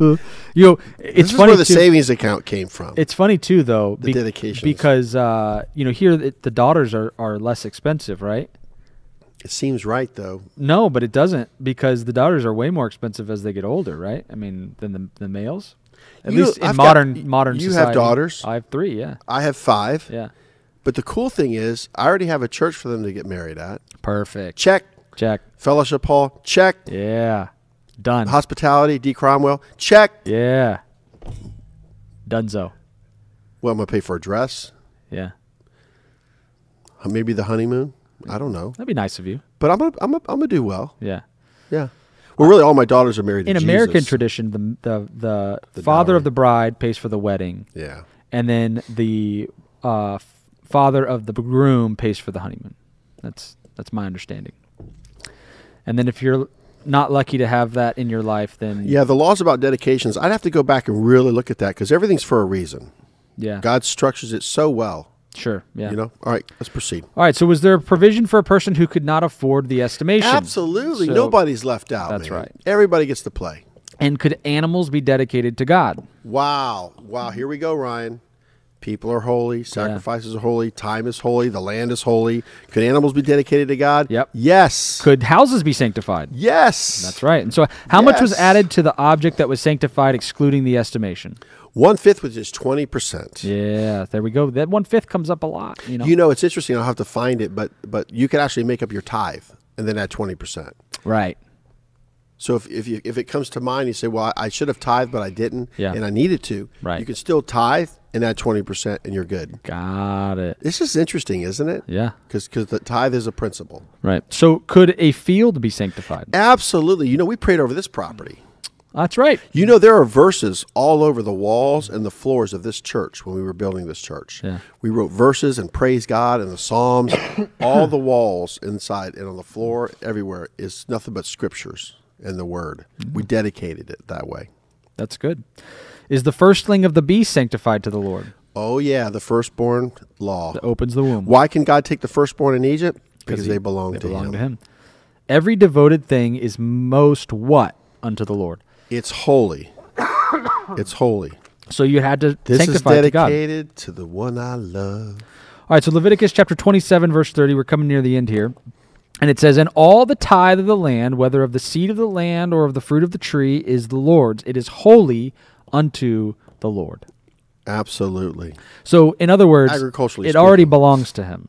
[SPEAKER 2] know, it's
[SPEAKER 3] This is
[SPEAKER 2] funny
[SPEAKER 3] where the
[SPEAKER 2] too.
[SPEAKER 3] savings account came from.
[SPEAKER 2] it's funny too though the
[SPEAKER 3] dedications.
[SPEAKER 2] because uh, you know here the, the daughters are, are less expensive, right?
[SPEAKER 3] it seems right, though.
[SPEAKER 2] No, but it doesn't because the daughters are way more expensive as they get older, right? I mean, than the, the males. At
[SPEAKER 3] You-
[SPEAKER 2] least in
[SPEAKER 3] I've got-
[SPEAKER 2] modern
[SPEAKER 3] y-
[SPEAKER 2] modern
[SPEAKER 3] you have
[SPEAKER 2] society.
[SPEAKER 3] daughters?
[SPEAKER 2] I have 3, yeah.
[SPEAKER 3] I have five.
[SPEAKER 2] Yeah.
[SPEAKER 3] But the cool thing is, I already have a church for them to get married at.
[SPEAKER 2] Perfect.
[SPEAKER 3] Check.
[SPEAKER 2] Check.
[SPEAKER 3] Fellowship Hall. Check.
[SPEAKER 2] Yeah. Done.
[SPEAKER 3] Hospitality. D. Cromwell. Check.
[SPEAKER 2] yeah. Dunzo.
[SPEAKER 3] Well, I'm going to pay for a dress.
[SPEAKER 2] Yeah.
[SPEAKER 3] Uh, Maybe the honeymoon. I don't know.
[SPEAKER 2] That'd be nice of you.
[SPEAKER 3] But I'm going to I'm gonna, I'm gonna do well.
[SPEAKER 2] Yeah.
[SPEAKER 3] Yeah. Well, really, all my daughters are married to
[SPEAKER 2] in American
[SPEAKER 3] Jesus.
[SPEAKER 2] tradition, the the, the, father
[SPEAKER 3] dowry.
[SPEAKER 2] of the bride pays for the wedding,
[SPEAKER 3] Yeah.
[SPEAKER 2] and then the uh, f- father of the groom pays for the honeymoon. That's that's my understanding. And then if you're not lucky to have that in your life, then
[SPEAKER 3] Yeah, the laws about dedications, I'd have to go back and really look at that because everything's for a reason.
[SPEAKER 2] yeah,
[SPEAKER 3] God structures it so well.
[SPEAKER 2] Sure. Yeah.
[SPEAKER 3] You know. All right, let's proceed.
[SPEAKER 2] All right. So was there a provision for a person who could not afford the estimation?
[SPEAKER 3] Absolutely,
[SPEAKER 2] So-
[SPEAKER 3] nobody's left out.
[SPEAKER 2] That's
[SPEAKER 3] man.
[SPEAKER 2] right.
[SPEAKER 3] Everybody gets to play.
[SPEAKER 2] And could animals be dedicated to God?
[SPEAKER 3] Wow, wow. Here we go, Ryan. People are holy. Sacrifices are holy. Time is holy. The land is holy. Could animals be dedicated to God?
[SPEAKER 2] Yep.
[SPEAKER 3] Yes.
[SPEAKER 2] Could houses be sanctified?
[SPEAKER 3] yes.
[SPEAKER 2] That's right. And so, how much was
[SPEAKER 3] Yes.
[SPEAKER 2] added to the object that was sanctified, excluding the estimation?
[SPEAKER 3] One fifth, which is twenty percent.
[SPEAKER 2] Yeah, there we go. That one fifth comes up a lot. You know.
[SPEAKER 3] You know, it's interesting. I'll have to find it, but but you could actually make up your tithe and then add twenty percent.
[SPEAKER 2] right.
[SPEAKER 3] So if if, you, if it comes to mind, you say, "Well, I, I should have tithe, but I didn't,
[SPEAKER 2] Yeah.
[SPEAKER 3] and I needed to."
[SPEAKER 2] Right.
[SPEAKER 3] You can still tithe and add twenty percent, and you're good.
[SPEAKER 2] Got it.
[SPEAKER 3] This is interesting, isn't it?
[SPEAKER 2] Yeah.
[SPEAKER 3] Because the tithe is a principle.
[SPEAKER 2] Right. So, could a field be sanctified?
[SPEAKER 3] Absolutely. You know, we prayed over this property.
[SPEAKER 2] That's right.
[SPEAKER 3] You know, there are verses all over the walls and the floors of this church when we were building this church.
[SPEAKER 2] Yeah.
[SPEAKER 3] We wrote verses and praise God and the Psalms. all the walls inside and on the floor, everywhere, is nothing but scriptures and the Word.
[SPEAKER 2] Mm-hmm.
[SPEAKER 3] We dedicated it that way.
[SPEAKER 2] That's good. Is the firstling of the beast sanctified to the Lord?
[SPEAKER 3] Oh, yeah, the firstborn law.
[SPEAKER 2] That opens the womb.
[SPEAKER 3] Why can God take the firstborn in Egypt? Because
[SPEAKER 2] he-
[SPEAKER 3] they belong,
[SPEAKER 2] They
[SPEAKER 3] to,
[SPEAKER 2] belong
[SPEAKER 3] him.
[SPEAKER 2] to Him. Every devoted thing is most what unto the Lord.
[SPEAKER 3] It's holy. it's holy.
[SPEAKER 2] So you had to
[SPEAKER 3] This is
[SPEAKER 2] sanctify it to God.
[SPEAKER 3] dedicated to the one I love.
[SPEAKER 2] All right, so Leviticus chapter 27, verse 30. We're coming near the end here. And it says, And all the tithe of the land, whether of the seed of the land or of the fruit of the tree, is the Lord's. It is holy unto the Lord.
[SPEAKER 3] Absolutely.
[SPEAKER 2] So, in other words,
[SPEAKER 3] Agriculturally
[SPEAKER 2] it already
[SPEAKER 3] speaking.
[SPEAKER 2] belongs to him.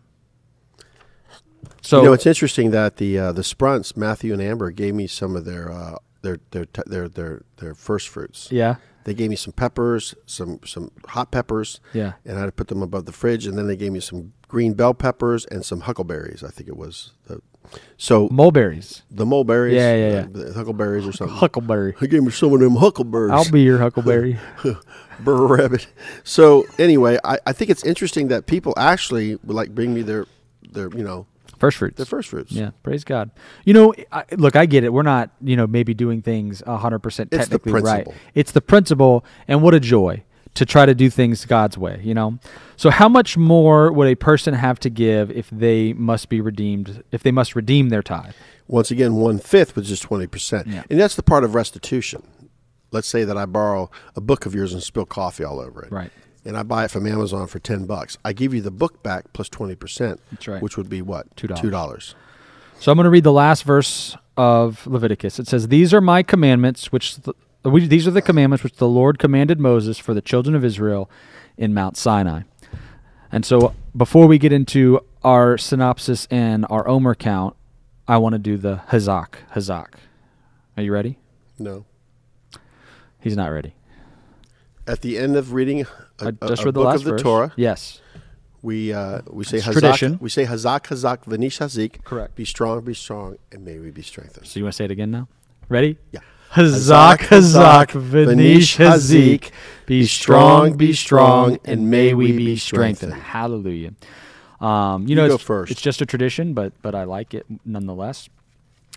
[SPEAKER 2] So,
[SPEAKER 3] you know, it's interesting that the uh, the Sprunts, Matthew and Amber, gave me some of their uh, their, their t- their their their first fruits.
[SPEAKER 2] yeah,
[SPEAKER 3] They gave me some peppers, some some hot peppers.
[SPEAKER 2] Yeah.
[SPEAKER 3] And I had to put them above the fridge, and then they gave me some green bell peppers and some huckleberries. I think it was the so
[SPEAKER 2] mulberries,
[SPEAKER 3] the mulberries.
[SPEAKER 2] Yeah, yeah, yeah.
[SPEAKER 3] The, the huckleberries or something.
[SPEAKER 2] huckleberry.
[SPEAKER 3] I gave me some of them huckleberries.
[SPEAKER 2] I'll be your huckleberry.
[SPEAKER 3] Burr rabbit. So anyway, I, I think it's interesting that people actually would like bring me their their you know
[SPEAKER 2] First fruits.
[SPEAKER 3] their first fruits.
[SPEAKER 2] Yeah, praise God. You know, I, look, I get it. We're not, you know, maybe doing things 100%
[SPEAKER 3] It's the
[SPEAKER 2] technically right.
[SPEAKER 3] principle.
[SPEAKER 2] It's the principle, and what a joy to try to do things God's way, you know? So, how much more would a person have to give if they must be redeemed, if they must redeem their tithe?
[SPEAKER 3] once again one fifth which is 20%
[SPEAKER 2] Yeah.
[SPEAKER 3] and that's the part of restitution let's say that i borrow a book of yours and spill coffee all over it
[SPEAKER 2] Right.
[SPEAKER 3] and i buy it from amazon for 10 bucks i give you the book back plus 20%
[SPEAKER 2] That's right.
[SPEAKER 3] which would be what
[SPEAKER 2] Two dollars.
[SPEAKER 3] two dollars
[SPEAKER 2] So, I'm going to read the last verse of Leviticus. It says, These are my commandments, which. The, we, these are the commandments which the Lord commanded Moses for the children of Israel in Mount Sinai. And so before we get into our synopsis and our Omer count, I want to do the Hazak. Hazak. Are you ready?
[SPEAKER 3] no
[SPEAKER 2] He's not ready.
[SPEAKER 3] at the end of reading a,
[SPEAKER 2] I
[SPEAKER 3] a-
[SPEAKER 2] just
[SPEAKER 3] a
[SPEAKER 2] read the
[SPEAKER 3] book
[SPEAKER 2] last
[SPEAKER 3] of the
[SPEAKER 2] verse.
[SPEAKER 3] torah
[SPEAKER 2] Yes.
[SPEAKER 3] we uh, we say
[SPEAKER 2] It's
[SPEAKER 3] hazak,
[SPEAKER 2] tradition.
[SPEAKER 3] we say hazak hazak vanish hazik
[SPEAKER 2] Correct.
[SPEAKER 3] be strong be strong and may we be strengthened
[SPEAKER 2] So you want to say it again now? Ready?
[SPEAKER 3] Yeah.
[SPEAKER 2] Hazak, Hazak,
[SPEAKER 3] Hazak,
[SPEAKER 2] Vanish,
[SPEAKER 3] Vanish,
[SPEAKER 2] Hazak.
[SPEAKER 3] Hazak.
[SPEAKER 2] Be strong, be strong, and may we be strengthened. Hallelujah. Um, you know,
[SPEAKER 3] go
[SPEAKER 2] it's,
[SPEAKER 3] first.
[SPEAKER 2] it's just a tradition, but but I like it nonetheless.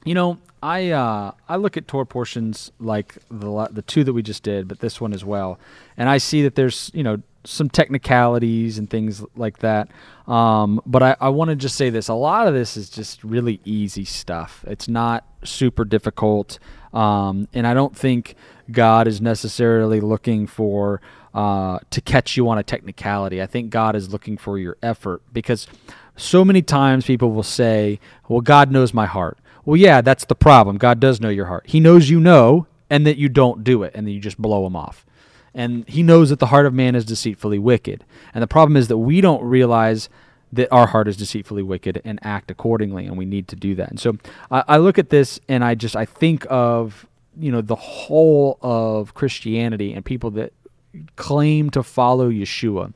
[SPEAKER 2] You know, I uh, I look at tour portions like the la- the two that we just did, but this one as well, and I see that there's you know some technicalities and things like that. Um, but I, I want to just say this: a lot of this is just really easy stuff. It's not super difficult, um, and I don't think God is necessarily looking for uh, to catch you on a technicality. I think God is looking for your effort because so many times people will say, "Well, God knows my heart." Well, yeah, that's the problem. God does know your heart. He knows you know, and that you don't do it, and then you just blow him off. And he knows that the heart of man is deceitfully wicked. And the problem is that we don't realize that our heart is deceitfully wicked and act accordingly, and we need to do that. And so I, I look at this and I just I think of you know the whole of Christianity and people that claim to follow Yeshua.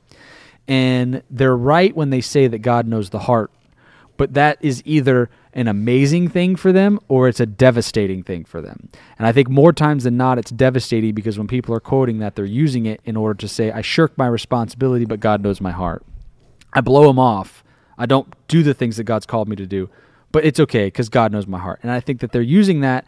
[SPEAKER 2] And they're right when they say that God knows the heart, but that is either an amazing thing for them or it's a devastating thing for them. And I think more times than not, it's devastating because when people are quoting that, they're using it in order to say, I shirk my responsibility, but God knows my heart. I blow him off. I don't do the things that God's called me to do, but it's okay because God knows my heart. And I think that they're using that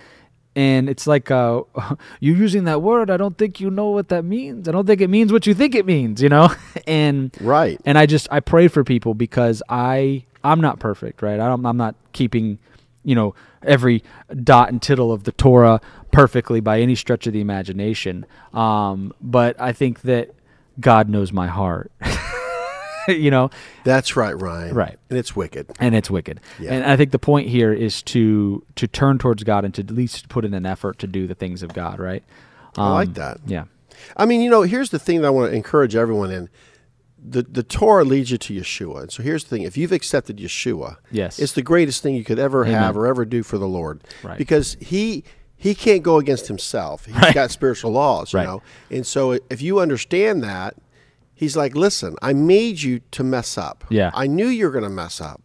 [SPEAKER 2] and it's like uh, you using that word. I don't think you know what that means. I don't think it means what you think it means. You know, and
[SPEAKER 3] Right.
[SPEAKER 2] and I just I pray for people because I I'm not perfect, right? I don't, I'm not keeping, you know, every dot and tittle of the Torah perfectly by any stretch of the imagination. Um, but I think that God knows my heart, you know,
[SPEAKER 3] That's right, Ryan.
[SPEAKER 2] Right.
[SPEAKER 3] And it's wicked.
[SPEAKER 2] and it's wicked.
[SPEAKER 3] Yeah.
[SPEAKER 2] And I think the point here is to to turn towards God and to at least put in an effort to do the things of God, right? Um,
[SPEAKER 3] I like that.
[SPEAKER 2] Yeah,
[SPEAKER 3] I mean, you know, here's the thing that I want to encourage everyone in. The, the Torah leads you to Yeshua. And so here's the thing if you've accepted Yeshua,
[SPEAKER 2] Yes.
[SPEAKER 3] it's the greatest thing you could ever have or ever do for the Lord.
[SPEAKER 2] Right.
[SPEAKER 3] Because he he can't go against himself. He's got spiritual laws, you
[SPEAKER 2] Right.
[SPEAKER 3] know. And so if you understand that, he's like, listen, I made you to mess up.
[SPEAKER 2] Yeah.
[SPEAKER 3] I knew you were going to mess up.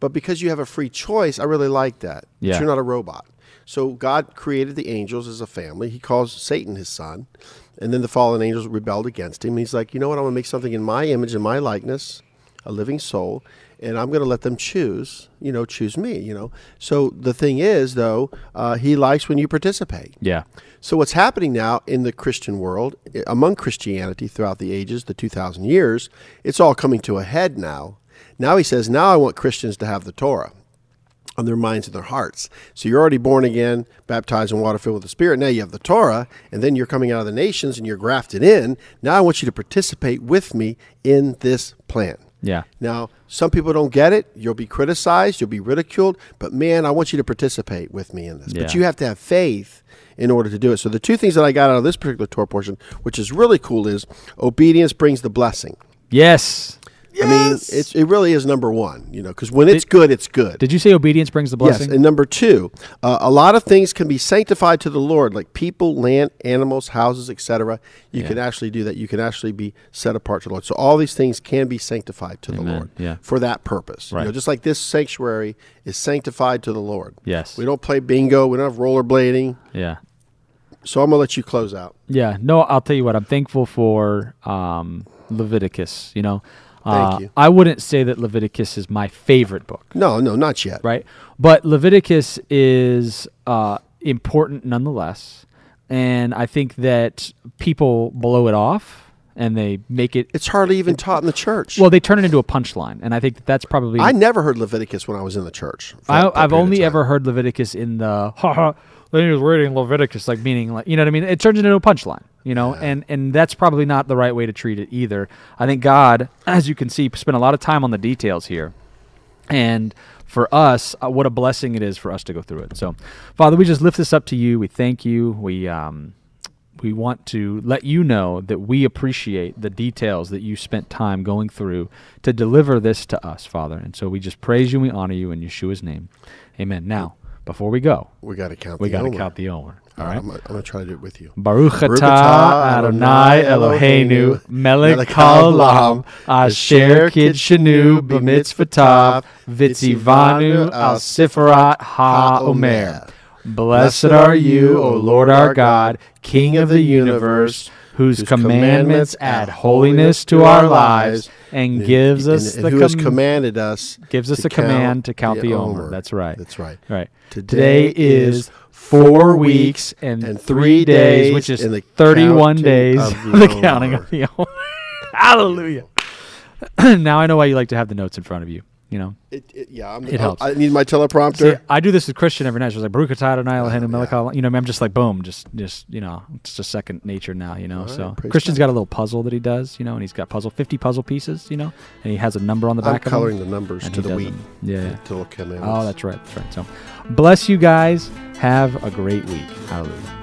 [SPEAKER 3] But because you have a free choice, I really like that. But
[SPEAKER 2] Yeah.
[SPEAKER 3] You're not a robot. So God created the angels as a family. He calls Satan his son. And then the fallen angels rebelled against him. And he's like, you know what? I'm going to make something in my image and my likeness, a living soul, and I'm going to let them choose, you know, choose me, you know. So the thing is, though, uh, he likes when you participate.
[SPEAKER 2] yeah,
[SPEAKER 3] So what's happening now in the Christian world, i- among Christianity throughout the ages, the 2000 years, it's all coming to a head now. Now he says, now I want Christians to have the Torah on their minds and their hearts. So you're already born again, baptized in water filled with the Spirit. Now you have the Torah, and then you're coming out of the nations and you're grafted in. Now I want you to participate with me in this plan.
[SPEAKER 2] yeah,
[SPEAKER 3] Now, some people don't get it. You'll be criticized, you'll be ridiculed, but man, I want you to participate with me in this. But
[SPEAKER 2] Yeah.
[SPEAKER 3] you have to have faith in order to do it. So, the two things that I got out of this particular Torah portion, which is really cool, is obedience brings the blessing.
[SPEAKER 2] yes.
[SPEAKER 3] I mean, it's, it really is number one, you know, because when it's good, it's good.
[SPEAKER 2] Did you say obedience brings the blessing?
[SPEAKER 3] Yes, and number two, uh, a lot of things can be sanctified to the Lord, like people, land, animals, houses, etc. You can actually do that. You can actually be set apart to the Lord. So all these things can be sanctified to the Lord
[SPEAKER 2] Yeah.
[SPEAKER 3] for that purpose. You know,
[SPEAKER 2] Right.
[SPEAKER 3] just like this sanctuary is sanctified to the Lord.
[SPEAKER 2] Yes.
[SPEAKER 3] We don't play bingo. We don't have rollerblading.
[SPEAKER 2] yeah.
[SPEAKER 3] So I'm gonna let you close out.
[SPEAKER 2] Yeah, no, I'll tell you what. I'm thankful for um, Leviticus. You know, uh,
[SPEAKER 3] Thank you.
[SPEAKER 2] I wouldn't say that Leviticus is my favorite book,
[SPEAKER 3] No, no, not yet.
[SPEAKER 2] right? But Leviticus is uh, important nonetheless, and I think that people blow it off and they make it.
[SPEAKER 3] It's hardly even taught in the church.
[SPEAKER 2] Well, they turn it into a punchline, and I think that that's probably.
[SPEAKER 3] I never heard Leviticus when I was in the church. for
[SPEAKER 2] I,
[SPEAKER 3] that
[SPEAKER 2] I've
[SPEAKER 3] period of
[SPEAKER 2] only
[SPEAKER 3] time.
[SPEAKER 2] ever heard Leviticus in the ha ha. Then he was reading Leviticus, like meaning like you know what I mean. It turns into a punchline, you know, and and that's probably not the right way to treat it either. I think God, as you can see, spent a lot of time on the details here, and for us, uh, what a blessing it is for us to go through it. So, Father, we just lift this up to you. We thank you. We um, we want to let you know that we appreciate the details that you spent time going through to deliver this to us, Father. And so we just praise you and we honor you in Yeshua's name. Amen. Now, before we go,
[SPEAKER 3] We got to count.
[SPEAKER 2] we
[SPEAKER 3] the
[SPEAKER 2] got to
[SPEAKER 3] Omer.
[SPEAKER 2] count the Omer. All right.
[SPEAKER 3] I'm, gonna- I'm gonna try to do it with you.
[SPEAKER 2] Baruch
[SPEAKER 3] Baruch
[SPEAKER 2] atah
[SPEAKER 3] atah
[SPEAKER 2] Adonai Eloheinu Melech haolam Asher kidshanu b'mitzvotav Vitzivanu al sifrat ha'omer. Blessed are you, O Lord our God, King of the universe, whose commandments add holiness to our lives and gives us
[SPEAKER 3] and,
[SPEAKER 2] the
[SPEAKER 3] who has
[SPEAKER 2] com-
[SPEAKER 3] commanded us
[SPEAKER 2] gives us
[SPEAKER 3] to
[SPEAKER 2] a command to count the
[SPEAKER 3] Omer.
[SPEAKER 2] Omer. That's right.
[SPEAKER 3] That's right.
[SPEAKER 2] Right.
[SPEAKER 3] Today
[SPEAKER 2] Today
[SPEAKER 3] is
[SPEAKER 2] is four weeks and, three days, which is
[SPEAKER 3] in the
[SPEAKER 2] 31
[SPEAKER 3] counting
[SPEAKER 2] days
[SPEAKER 3] of the
[SPEAKER 2] of the counting
[SPEAKER 3] Omer.
[SPEAKER 2] of the Omer. Hallelujah. now I know why you like to have the notes in front of you. You know,
[SPEAKER 3] It, it, yeah, I'm,
[SPEAKER 2] It helps.
[SPEAKER 3] I need my teleprompter.
[SPEAKER 2] See, I do this with Christian every night. She's like, Baruch atah Adonai
[SPEAKER 3] Ah,
[SPEAKER 2] Eloheinu melech haolam." You know, I'm just like, boom, just, just, you know, it's just second nature now. You know, so
[SPEAKER 3] praise
[SPEAKER 2] Christian's got a little puzzle that he does. You know, and he's got puzzle, 50 puzzle pieces. You know, and he has a number on the
[SPEAKER 3] I'm
[SPEAKER 2] back. of them.
[SPEAKER 3] coloring the numbers
[SPEAKER 2] And
[SPEAKER 3] to
[SPEAKER 2] he
[SPEAKER 3] the
[SPEAKER 2] does
[SPEAKER 3] wheat.
[SPEAKER 2] them. Yeah.
[SPEAKER 3] To the commandments.
[SPEAKER 2] Oh, that's right. That's right. So, bless you guys. Have a great week. Hallelujah.